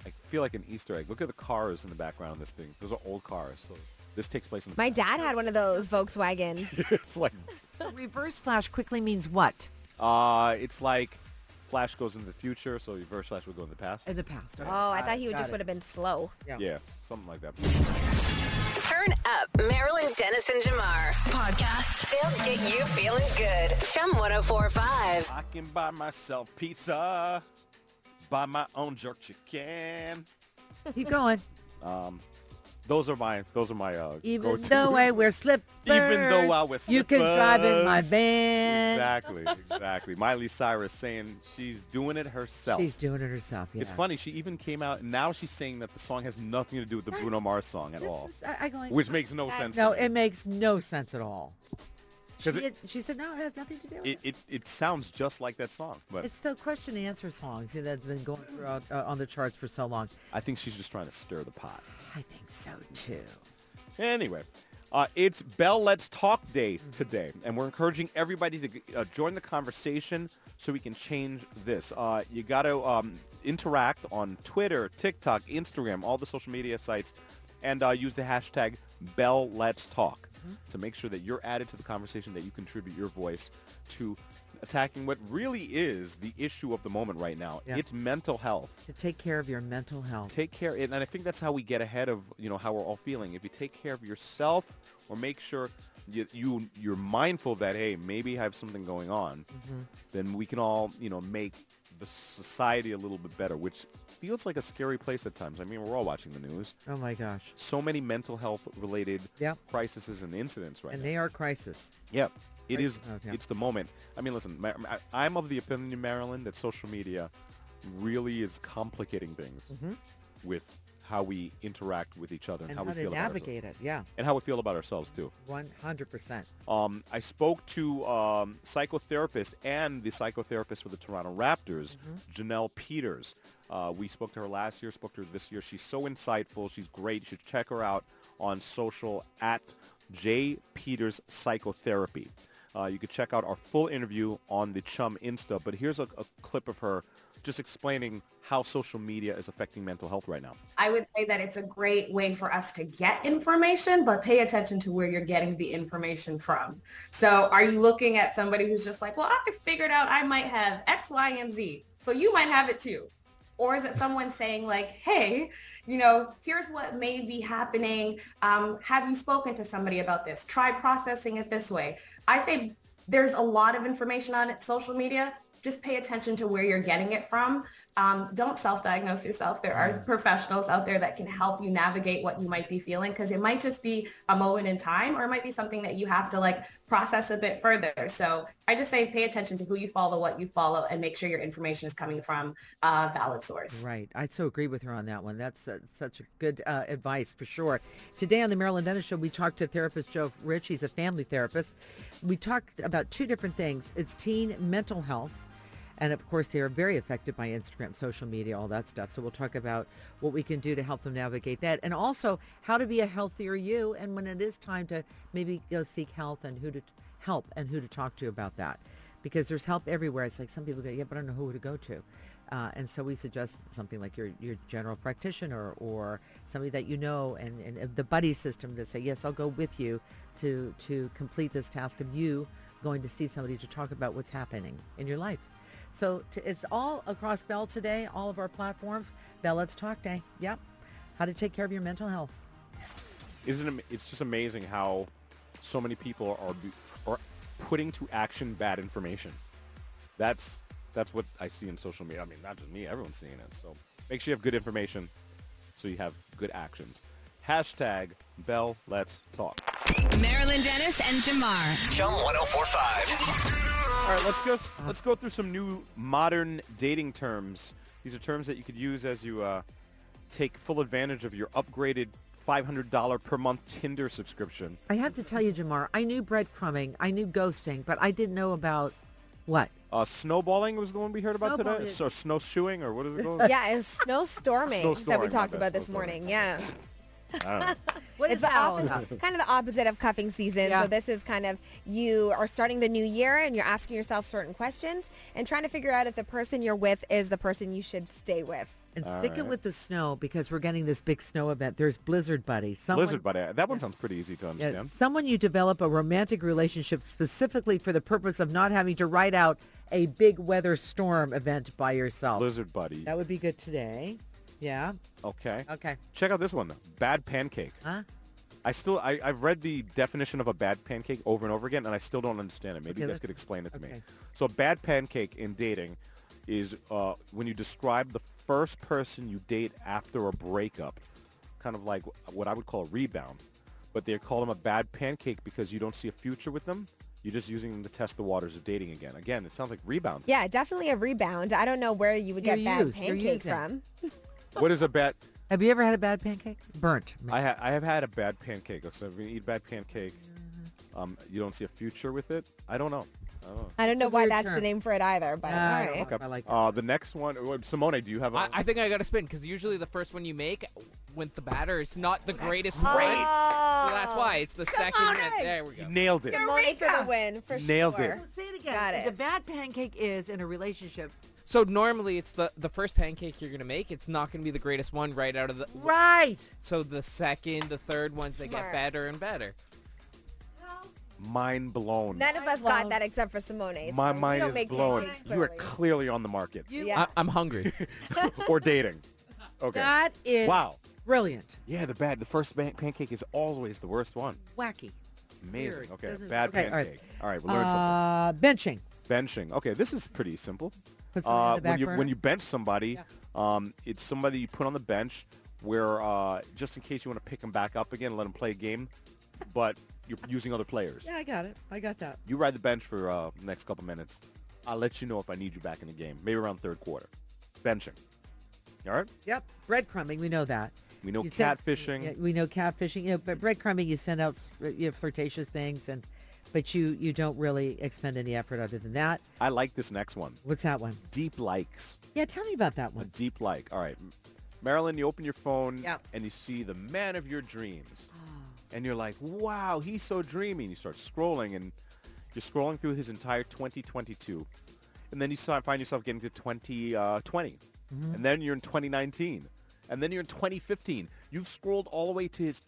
Speaker 2: I feel like an Easter egg. Look at the cars in the background on this thing. Those are old cars. So this takes place in the
Speaker 5: My dad had one of those Volkswagens.
Speaker 2: it's like,
Speaker 3: reverse flash quickly means what?
Speaker 2: uh, it's like Flash goes into the future, so Reverse Flash would go in the past.
Speaker 3: In the past.
Speaker 5: Oh, I thought he would just would
Speaker 3: have.
Speaker 5: have been slow.
Speaker 2: Yeah, something like that.
Speaker 1: Turn up Marilyn Dennis and Jamar. Podcast. They'll get you feeling good. oh Chum 1045.
Speaker 2: I can buy myself pizza, buy my own jerk chicken.
Speaker 3: Keep going.
Speaker 2: Those are my those are my uh,
Speaker 3: Even
Speaker 2: go-to.
Speaker 3: though I wear slippers.
Speaker 2: Even though I wear
Speaker 3: You can drive in my
Speaker 2: slippers.
Speaker 3: van.
Speaker 2: exactly exactly Miley Cyrus saying she's doing it herself.
Speaker 3: She's doing it herself. Yeah.
Speaker 2: It's funny she even came out and now she's saying that the song has nothing to do with the Bruno Mars song at
Speaker 3: This
Speaker 2: all,
Speaker 3: is- I, I going,
Speaker 2: which makes no
Speaker 3: that-
Speaker 2: sense.
Speaker 3: No,
Speaker 2: to me.
Speaker 3: it makes no sense at all. She,
Speaker 2: 'Cause it-
Speaker 3: had- she said, no, it has nothing to do with
Speaker 2: it, it it sounds just like that song, but
Speaker 3: It's the question and answer songs you know, that's been going throughout uh, on the charts for so long.
Speaker 2: I think she's just trying to stir the pot.
Speaker 3: I think so too.
Speaker 2: Anyway, uh, it's Bell Let's Talk Day today, and we're encouraging everybody to uh, join the conversation so we can change this. Uh, you got to um, interact on Twitter, TikTok, Instagram, all the social media sites, and uh, use the hashtag Bell Let's Talk to make sure that you're added to the conversation, that you contribute your voice to attacking what really is the issue of the moment right now.
Speaker 3: Yeah.
Speaker 2: It's mental health
Speaker 3: To take care of your mental health.
Speaker 2: take care and and i think that's how we get ahead of you know how we're all feeling if you take care of yourself or make sure you, you you're mindful that hey maybe i have something going on then we can all you know make the society a little bit better which feels like a scary place at times i mean we're all watching the news
Speaker 3: Oh my gosh.
Speaker 2: so many mental health related
Speaker 3: Yep.
Speaker 2: crises and incidents right
Speaker 3: And
Speaker 2: now
Speaker 3: they are crisis.
Speaker 2: yep It is.
Speaker 3: Oh, damn.
Speaker 2: It's the moment. I mean, listen. Ma- I- I'm of the opinion, Marilyn, that social media really is complicating things with how we interact with each other and,
Speaker 3: Mm-hmm.
Speaker 2: how,
Speaker 3: and how,
Speaker 2: we
Speaker 3: to
Speaker 2: feel
Speaker 3: navigate it. Yeah,
Speaker 2: about ourselves. and how we feel about ourselves too.
Speaker 3: 100%.
Speaker 2: Um, I spoke to um, psychotherapist and the psychotherapist for the Toronto Raptors, Janelle Peters. Uh, we spoke to her last year, spoke to her this year. She's so insightful. She's great. You should check her out on social at J Peters Psychotherapy. Uh, you could check out our full interview on the Chum Insta, but here's a, a clip of her just explaining how social media is affecting mental health right now.
Speaker 11: I would say that it's a great way for us to get information, but pay attention to where you're getting the information from. So are you looking at somebody who's just like, well, I figured out I might have X, Y, and Z. So you might have it too. Or is it someone saying like, hey, you know, here's what may be happening. Um, have you spoken to somebody about this? Try processing it this way. I say there's a lot of information on it, social media. Just pay attention to where you're getting it from. Um, don't self-diagnose yourself. There are professionals out there that can help you navigate what you might be feeling because it might just be a moment in time or it might be something that you have to like process a bit further. So I just say pay attention to who you follow, what you follow, and make sure your information is coming from a valid source.
Speaker 3: Right. I so agree with her on that one. That's uh, such a good uh, advice for sure. Today on the Marilyn Dennis Show, we talked to therapist Joe Rich. He's a family therapist. We talked about two different things. It's teen mental health. And of course, they are very affected by Instagram, social media, all that stuff. So we'll talk about what we can do to help them navigate that and also how to be a healthier you and when it is time to maybe go seek health and who to t- help and who to talk to about that because there's help everywhere. It's like some people go, yeah, but I don't know who to go to. Uh, and so we suggest something like your, your general practitioner or somebody that you know and, and uh, the buddy system to say, yes, I'll go with you to, to complete this task of you going to see somebody to talk about what's happening in your life. So t it's all across Bell today, all of our platforms. Bell Let's Talk Day. Yep. How to take care of your mental health.
Speaker 2: isn't it, am- it's just amazing how so many people are be- are putting to action bad information. That's that's what I see in social media. I mean, not just me, everyone's seeing it. So make sure you have good information, so you have good actions. Hashtag Bell Let's Talk.
Speaker 1: Marilyn Dennis and Jamar.
Speaker 7: Chum 1045.
Speaker 2: All right, let's go. Let's go through some new modern dating terms. These are terms that you could use as you uh, take full advantage of your upgraded $500 per month Tinder subscription.
Speaker 3: I have to tell you, Jamar, I knew breadcrumbing, I knew ghosting, but I didn't know about what?
Speaker 2: Uh, snowballing was the one we heard about today.
Speaker 3: Snowballing.
Speaker 2: So snowshoeing or what is it called?
Speaker 5: yeah, it's snowstorming that we
Speaker 2: Snowstorming, my
Speaker 5: talked
Speaker 2: bad,
Speaker 5: about this
Speaker 2: snowstorming.
Speaker 5: morning. Yeah.
Speaker 2: I don't know.
Speaker 3: What
Speaker 5: it's the opposite, kind of the opposite of cuffing season.
Speaker 3: Yeah.
Speaker 5: So this is kind of you are starting the new year and you're asking yourself certain questions and trying to figure out if the person you're with is the person you should stay with.
Speaker 3: And stick it with the snow because we're getting this big snow event. There's Blizzard Buddy. Someone,
Speaker 2: Blizzard buddy. That one sounds pretty easy to
Speaker 3: Yeah,
Speaker 2: understand.
Speaker 3: someone you develop a romantic relationship specifically for the purpose of not having to ride out a big weather storm event by yourself.
Speaker 2: Blizzard buddy.
Speaker 3: That would be good today. Yeah.
Speaker 2: Okay.
Speaker 3: Okay.
Speaker 2: Check out this one. though. Bad pancake.
Speaker 3: Huh?
Speaker 2: I still I, I've read the definition of a bad pancake over and over again, and I still don't understand it. Maybe
Speaker 3: Okay,
Speaker 2: you guys
Speaker 3: let's-
Speaker 2: could explain it to me.
Speaker 3: okay.
Speaker 2: So a bad pancake in dating is uh, when you describe the first person you date after a breakup, kind of like what I would call a rebound, but they call them a bad pancake because you don't see a future with them. You're just using them to test the waters of dating again. Again, it sounds like rebound.
Speaker 5: Yeah, definitely a rebound. I don't know where you would get
Speaker 3: You're
Speaker 5: that
Speaker 3: used. You're
Speaker 5: pancake
Speaker 3: using.
Speaker 5: from.
Speaker 2: What is a bad?
Speaker 3: Have you ever had a bad pancake? Burnt.
Speaker 2: I, ha- I have had a bad pancake. So if you eat bad pancake, um, you don't see a future with it. I don't know. Oh. I don't know.
Speaker 5: I don't know
Speaker 3: a
Speaker 5: why
Speaker 3: weird
Speaker 5: that's the
Speaker 3: term.
Speaker 5: name for it either, but
Speaker 3: Ah,
Speaker 5: all right.
Speaker 3: I like that.
Speaker 2: Uh, the next one, oh, Simone, do you have a?
Speaker 9: I, I think I got to spin because usually the first one you make with the batter is not the greatest one. So that's why it's the second. that- there we go.
Speaker 2: You nailed it.
Speaker 5: Oh, Simone for the win, for
Speaker 2: Nailed it.
Speaker 5: sure.
Speaker 3: Say it again.
Speaker 5: Got it.
Speaker 3: The bad pancake is in a relationship.
Speaker 9: So normally it's the the first pancake you're gonna make. It's not gonna be the greatest one right out of the.
Speaker 3: Right.
Speaker 9: So the second, the third ones they
Speaker 5: Smart.
Speaker 9: get better and better.
Speaker 2: Mind blown.
Speaker 5: None of us got that except for Simone.
Speaker 2: My
Speaker 5: so we
Speaker 2: mind
Speaker 5: don't
Speaker 2: is
Speaker 5: make
Speaker 2: blown.
Speaker 5: pancakes,
Speaker 2: You are
Speaker 5: clearly.
Speaker 2: clearly on the market
Speaker 5: Yeah.
Speaker 9: I, I'm hungry.
Speaker 2: or dating. Okay.
Speaker 3: That is
Speaker 2: Wow.
Speaker 3: brilliant.
Speaker 2: Yeah, the bad. The first ban- pancake is always the worst one.
Speaker 3: Wacky.
Speaker 2: Amazing.
Speaker 3: Weird.
Speaker 2: Okay.
Speaker 3: Doesn't-
Speaker 2: Bad
Speaker 3: okay, all right.
Speaker 2: pancake. All right. We learned
Speaker 3: Uh, benching.
Speaker 2: something. Benching. Okay. This is pretty simple.
Speaker 3: Put something on
Speaker 2: Uh,
Speaker 3: the
Speaker 2: when
Speaker 3: back
Speaker 2: you
Speaker 3: burner.
Speaker 2: when you bench somebody, um, it's somebody you put on the bench where uh, just in case you want to pick them back up again, let them play a game, but you're using other players.
Speaker 3: Yeah, I got it. I got that.
Speaker 2: You ride the bench for uh, the next couple minutes. I'll let you know if I need you back in the game. Maybe around third quarter. Benching. All right?
Speaker 3: Yep. Breadcrumbing, we know that.
Speaker 2: We know
Speaker 3: You send-
Speaker 2: catfishing.
Speaker 3: yeah, we know catfishing. You know, but breadcrumbing, you send out uh, you know, flirtatious things, and but you you don't really expend any effort other than that.
Speaker 2: I like this next one.
Speaker 3: What's that one?
Speaker 2: Deep likes.
Speaker 3: Yeah, tell me about that
Speaker 2: A
Speaker 3: one.
Speaker 2: deep like. All right. M- Marilyn, you open your phone
Speaker 3: Yep.
Speaker 2: and you see the man of your dreams. And you're like, wow, he's so dreamy. And you start scrolling and you're scrolling through his entire 2022. And then you si- find yourself getting to 2020. Uh, 20.
Speaker 12: Mhm.
Speaker 2: And then you're in 2019. And then you're in 2015. You've scrolled all the way to his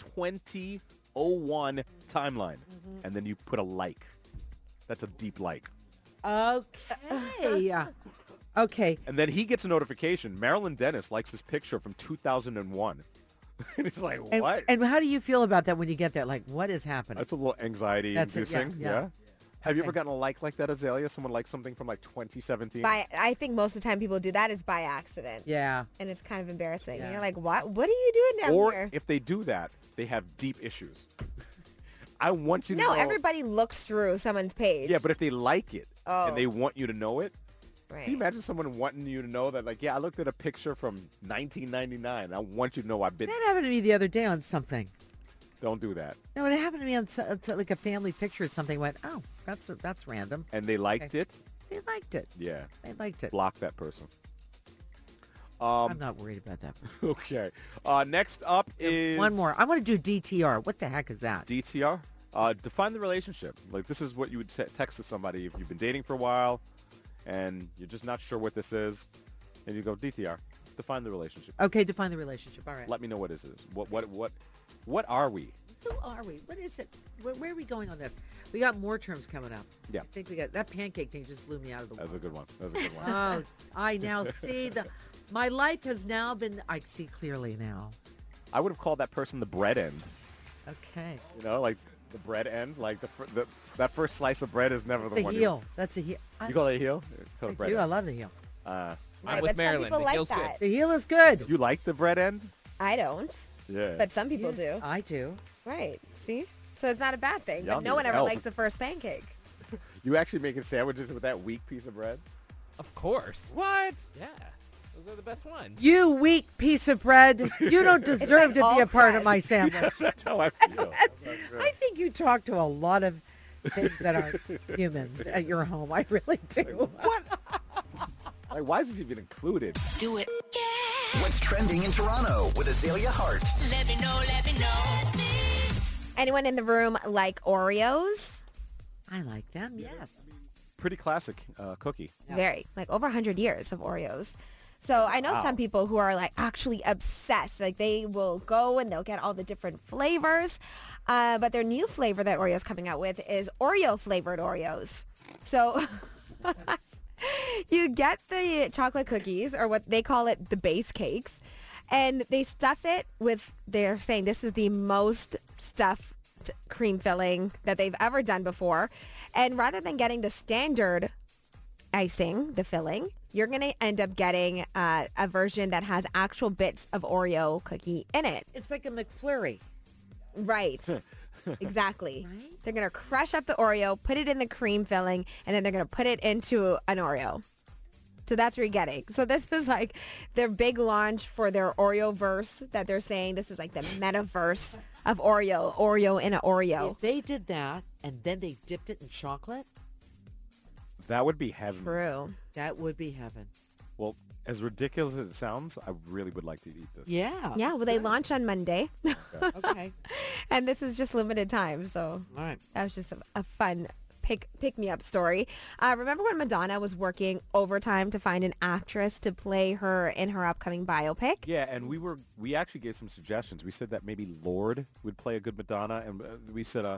Speaker 2: 2001 timeline. And then you put a like. That's a deep like.
Speaker 3: Okay. okay.
Speaker 2: And then he gets a notification. Marilyn Dennis likes this picture from 2001. and he's like,
Speaker 3: And,
Speaker 2: what?
Speaker 3: and how do you feel about that when you get there? Like, what is happening?
Speaker 2: That's a little anxiety
Speaker 3: That's it, yeah,
Speaker 2: inducing.
Speaker 3: yeah.
Speaker 2: Have you ever gotten a like like that, Azalea? Someone likes something from like 2017?
Speaker 5: By, I think most of the time people do that is by accident.
Speaker 3: Yeah.
Speaker 5: And it's kind of embarrassing.
Speaker 2: Yeah.
Speaker 5: You're like, what? What are you doing down
Speaker 2: Or
Speaker 5: here?
Speaker 2: if they do that, they have deep issues. I want you to
Speaker 5: no,
Speaker 2: know.
Speaker 5: everybody looks through someone's page.
Speaker 2: Yeah, but if they like it
Speaker 5: Oh.
Speaker 2: and they want you to know it,
Speaker 5: Right.
Speaker 2: can you imagine someone wanting you to know that, like, yeah, I looked at a picture from 1999. and I want you to know I've been.
Speaker 3: That happened to me the other day on something.
Speaker 2: Don't do that.
Speaker 3: No, it happened to me on so, it's like a family picture or something. Went, oh, that's that's random.
Speaker 2: And they liked
Speaker 3: Okay.
Speaker 2: it.
Speaker 3: They liked it.
Speaker 2: Yeah.
Speaker 3: They liked it.
Speaker 2: Block that person. Um, I'm
Speaker 3: not worried about that.
Speaker 2: Okay. Uh, next up is
Speaker 3: One more. I want to do DTR. What the heck is that?
Speaker 2: DTR. Uh, define the relationship. Like this is what you would se- text to somebody if you've been dating for a while, and you're just not sure what this is, and you go DTR. Define the relationship.
Speaker 3: Okay, define the relationship. All right.
Speaker 2: Let me know what is this. What what what what are we?
Speaker 3: Who are we? What is it? Where, where are we going on this? We got more terms coming up.
Speaker 2: Yeah. Oh.
Speaker 3: I think we got that pancake thing just blew me out of the
Speaker 2: That's
Speaker 3: water.
Speaker 2: a good one. That's a good one.
Speaker 3: Oh, I now see the. My life has now been. I see clearly now.
Speaker 2: I would have called that person the bread end.
Speaker 3: Okay.
Speaker 2: You know, like the bread end. Like the, fir- the that first slice of bread is never
Speaker 3: That's
Speaker 2: the
Speaker 3: a
Speaker 2: one.
Speaker 3: heel. That's a heel.
Speaker 2: You,
Speaker 3: I,
Speaker 2: you call it a heel? Call it
Speaker 3: I
Speaker 2: bread
Speaker 3: do. I
Speaker 2: end.
Speaker 3: love the heel.
Speaker 2: Uh,
Speaker 5: Right, with but some Marilyn. people The like heel's good. that.
Speaker 3: The heel is good.
Speaker 2: You like the bread end?
Speaker 5: I don't.
Speaker 2: Yeah.
Speaker 5: But some people do.
Speaker 3: I do.
Speaker 5: Right. See? So it's not a bad thing. But
Speaker 2: Yummy.
Speaker 5: no one ever
Speaker 2: Oh.
Speaker 5: likes the first pancake.
Speaker 2: You actually making sandwiches with that weak piece of bread?
Speaker 9: Of course.
Speaker 2: What?
Speaker 9: Yeah. Those are the best ones.
Speaker 3: You weak piece of bread. You don't
Speaker 9: It's
Speaker 3: deserve
Speaker 9: like
Speaker 3: to be
Speaker 9: all
Speaker 3: a part of my
Speaker 9: crust.
Speaker 3: sandwich.
Speaker 2: That's how I feel.
Speaker 3: I think you talk to a lot of things that aren't humans at your home. I really do.
Speaker 2: Like, why is this even included?
Speaker 1: Do it.
Speaker 7: What's trending in Toronto with Azalea Hart?
Speaker 1: Let me know, let me know.
Speaker 5: Anyone in the room like Oreos?
Speaker 3: I like them, yes.
Speaker 2: Pretty classic uh, cookie.
Speaker 5: Very. Like over 100 years of Oreos. So I know
Speaker 2: Wow.
Speaker 5: some people who are like actually obsessed. Like they will go and they'll get all the different flavors. Uh, but their new flavor that Oreo's coming out with is Oreo flavored Oreos. So you get the chocolate cookies or what they call it the base cakes and they stuff it with they're saying this is the most stuffed cream filling that they've ever done before and rather than getting the standard icing the filling you're going to end up getting uh, a version that has actual bits of oreo cookie in it
Speaker 3: It's like a McFlurry.
Speaker 5: Right. exactly. They're going to crush up the Oreo, put it in the cream filling, and then they're going to put it into an Oreo. So that's what you're getting. So this is like their big launch for their Oreo verse that they're saying this is like the metaverse of Oreo, Oreo in an Oreo.
Speaker 3: If they did that and then they dipped it in chocolate,
Speaker 2: That would be heaven.
Speaker 5: True.
Speaker 3: that would be heaven.
Speaker 2: Well, as ridiculous as it sounds, I really would like to eat this.
Speaker 3: Yeah.
Speaker 5: Yeah, well, they launch on Monday.
Speaker 3: okay.
Speaker 5: And this is just limited time, so.
Speaker 3: All right.
Speaker 5: That was just a, a fun pick pick me up story. Uh, remember when Madonna was working overtime to find an actress to play her in her upcoming biopic?
Speaker 2: Yeah, and we were we actually gave some suggestions. We said that maybe Lord would play a good Madonna, and uh, we said uh,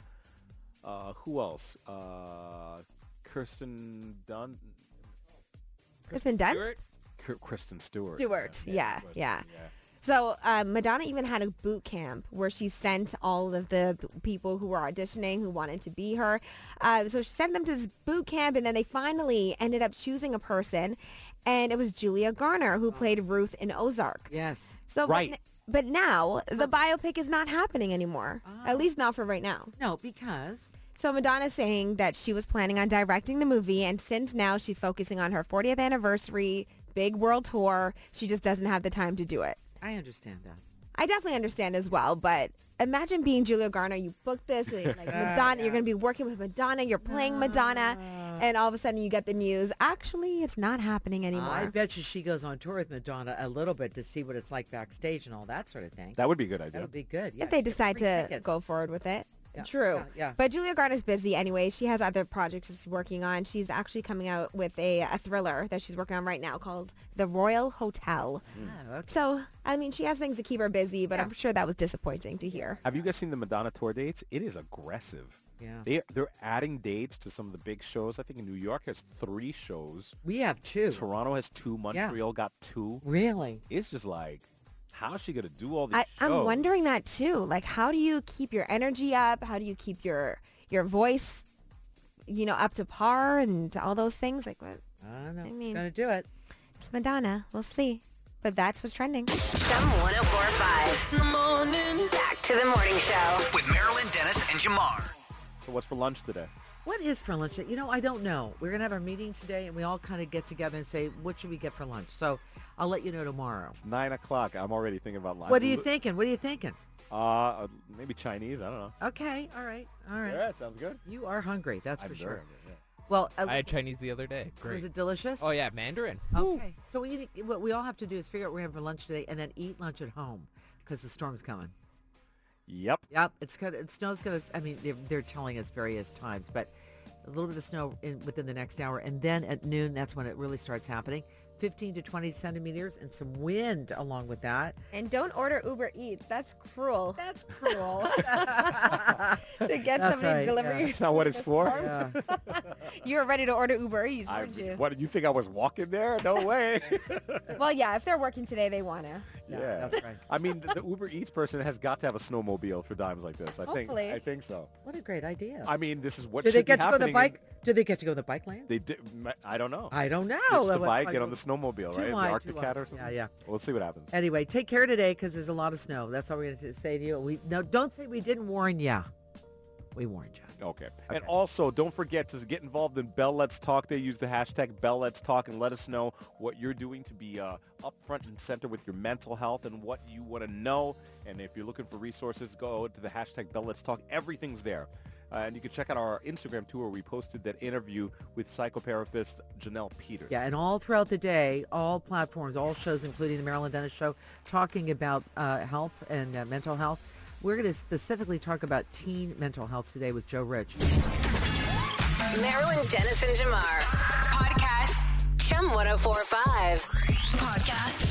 Speaker 2: uh who else? Uh, Kirsten Dunn.
Speaker 5: Kristen Dunst? Stewart?
Speaker 2: Kir- Kristen Stewart.
Speaker 5: Stewart. Yeah, yeah. So um, Madonna even had a boot camp where she sent all of the p- people who were auditioning who wanted to be her. Uh, so she sent them to this boot camp, and then they finally ended up choosing a Oh. person, and it was Julia Garner who played Ruth in Ozark.
Speaker 3: Yes.
Speaker 5: So
Speaker 3: Right.
Speaker 5: Mad- But now the biopic is not happening anymore. At least not for right now.
Speaker 3: No, because
Speaker 5: so Madonna's saying that she was planning on directing the movie and since now she's focusing on her 40th anniversary big world tour, she just doesn't have the time to do it.
Speaker 3: I understand that.
Speaker 5: I definitely understand as well, but imagine being Julia Garner. You booked this, and, like Madonna. You're going to be working with Madonna. You're playing Madonna, and all of a sudden you get the news. Actually, it's not happening anymore.
Speaker 3: I bet you she goes on tour with Madonna a little bit to see what it's like backstage and all that sort of thing.
Speaker 2: That would be a good
Speaker 3: That
Speaker 2: idea.
Speaker 3: would be good. Yeah,
Speaker 5: if they
Speaker 3: get
Speaker 5: decide
Speaker 3: free
Speaker 5: to
Speaker 3: tickets.
Speaker 5: go forward with it. True.
Speaker 3: yeah, yeah.
Speaker 5: But Julia Garner's busy anyway. She has other projects she's working on. She's actually coming out with a, a thriller that she's working on right now called The Royal Hotel.
Speaker 3: Oh, okay.
Speaker 5: So, I mean, she has things to keep her busy, but I'm sure that was disappointing to hear.
Speaker 2: Have you guys seen the Madonna tour dates? It is aggressive.
Speaker 3: Yeah.
Speaker 2: They they're adding dates to some of the big shows. I think New York has three shows.
Speaker 3: We have two.
Speaker 2: Toronto has two. Montreal got two.
Speaker 3: Really?
Speaker 2: It's just like, how's she gonna do all these
Speaker 5: I,
Speaker 2: shows?
Speaker 5: I'm wondering that too. Like, how do you keep your energy up? How do you keep your your voice, you know, up to par and all those things? Like, what?
Speaker 3: I don't know.
Speaker 5: I mean-
Speaker 3: Gonna do it.
Speaker 5: It's Madonna. We'll see. But that's what's trending.
Speaker 1: Chum 1045. The morning. Back to the morning show.
Speaker 7: With Marilyn Dennis and Jamar.
Speaker 2: So what's for lunch today?
Speaker 3: What is for lunch? You know, I don't know. We're gonna have our meeting today, and we all kind of get together and say, "What should we get for lunch?" So I'll let you know tomorrow.
Speaker 2: It's nine o'clock. I'm already thinking about lunch.
Speaker 3: What are you thinking? What are you thinking?
Speaker 2: Uh, uh, maybe Chinese. I don't know.
Speaker 3: Okay. All right. All right.
Speaker 2: Yeah, sounds good.
Speaker 3: You are hungry. That's
Speaker 2: I'm
Speaker 3: for
Speaker 2: very
Speaker 3: sure.
Speaker 2: hungry, yeah.
Speaker 3: Well, uh,
Speaker 9: I had Chinese the other day. Great.
Speaker 3: was it delicious?
Speaker 9: Oh yeah, Mandarin.
Speaker 3: Okay. So we need to- what we all have to do is figure out what we're having for lunch today, and then eat lunch at home because the storm's coming.
Speaker 2: Yep.
Speaker 3: Yep, it's gonna. It snow's gonna. I mean, they're, they're telling us various times, but a little bit of snow in, within the next hour, and then at noon, that's when it really starts happening. 15 to 20 centimeters, and some wind along with that.
Speaker 5: And don't order Uber Eats. That's cruel.
Speaker 3: That's cruel.
Speaker 5: to get
Speaker 3: That's
Speaker 5: somebody
Speaker 3: right,
Speaker 5: to deliver
Speaker 3: yeah.
Speaker 5: your
Speaker 2: That's not what it's for.
Speaker 5: You were ready to order Uber Eats,
Speaker 2: I,
Speaker 5: weren't you?
Speaker 2: what did you think I was walking there? No way.
Speaker 5: Well, yeah, if they're working today, they want to.
Speaker 2: yeah.
Speaker 3: that's right.
Speaker 2: I mean, the, the Uber Eats person has got to have a snowmobile for dimes like this. I
Speaker 5: Hopefully.
Speaker 2: think. I think so.
Speaker 3: What a great idea.
Speaker 2: I mean, this is what
Speaker 3: do they
Speaker 2: should be
Speaker 3: get to go to the
Speaker 2: happening in-
Speaker 3: bike? Do they get to go to the bike lane?
Speaker 2: They did. I don't know.
Speaker 3: I don't know.
Speaker 2: Ditch the
Speaker 3: What-
Speaker 2: bike,
Speaker 3: I
Speaker 2: get on the
Speaker 3: don't-
Speaker 2: snowmobile,
Speaker 3: Too
Speaker 2: right? The
Speaker 3: wide,
Speaker 2: Arctic
Speaker 3: too wide.
Speaker 2: Cat or something.
Speaker 3: Yeah, Eh. yeah.
Speaker 2: We'll see what happens.
Speaker 3: Anyway, take care today because there's a lot of snow. That's all we're going to say to you. We no, don't say we didn't warn ya. We warned ya.
Speaker 2: Okay. And also, don't forget to get involved in Bell Let's Talk. They use the hashtag Bell Let's Talk and let us know what you're doing to be uh, up front and center with your mental health and what you want to know. And if you're looking for resources, go to the hashtag Bell Let's Talk. Everything's there. Uh, and you can check out our Instagram too, where we posted that interview with psychotherapist Janelle Peters.
Speaker 3: Yeah, and all throughout the day, all platforms, all shows, including the Maryland Dennis Show, talking about uh, health and uh, mental health. We're going to specifically talk about teen mental health today with Joe Rich.
Speaker 1: Marilyn oh Dennis and Jamar. Podcast. Chum 1045. Podcast.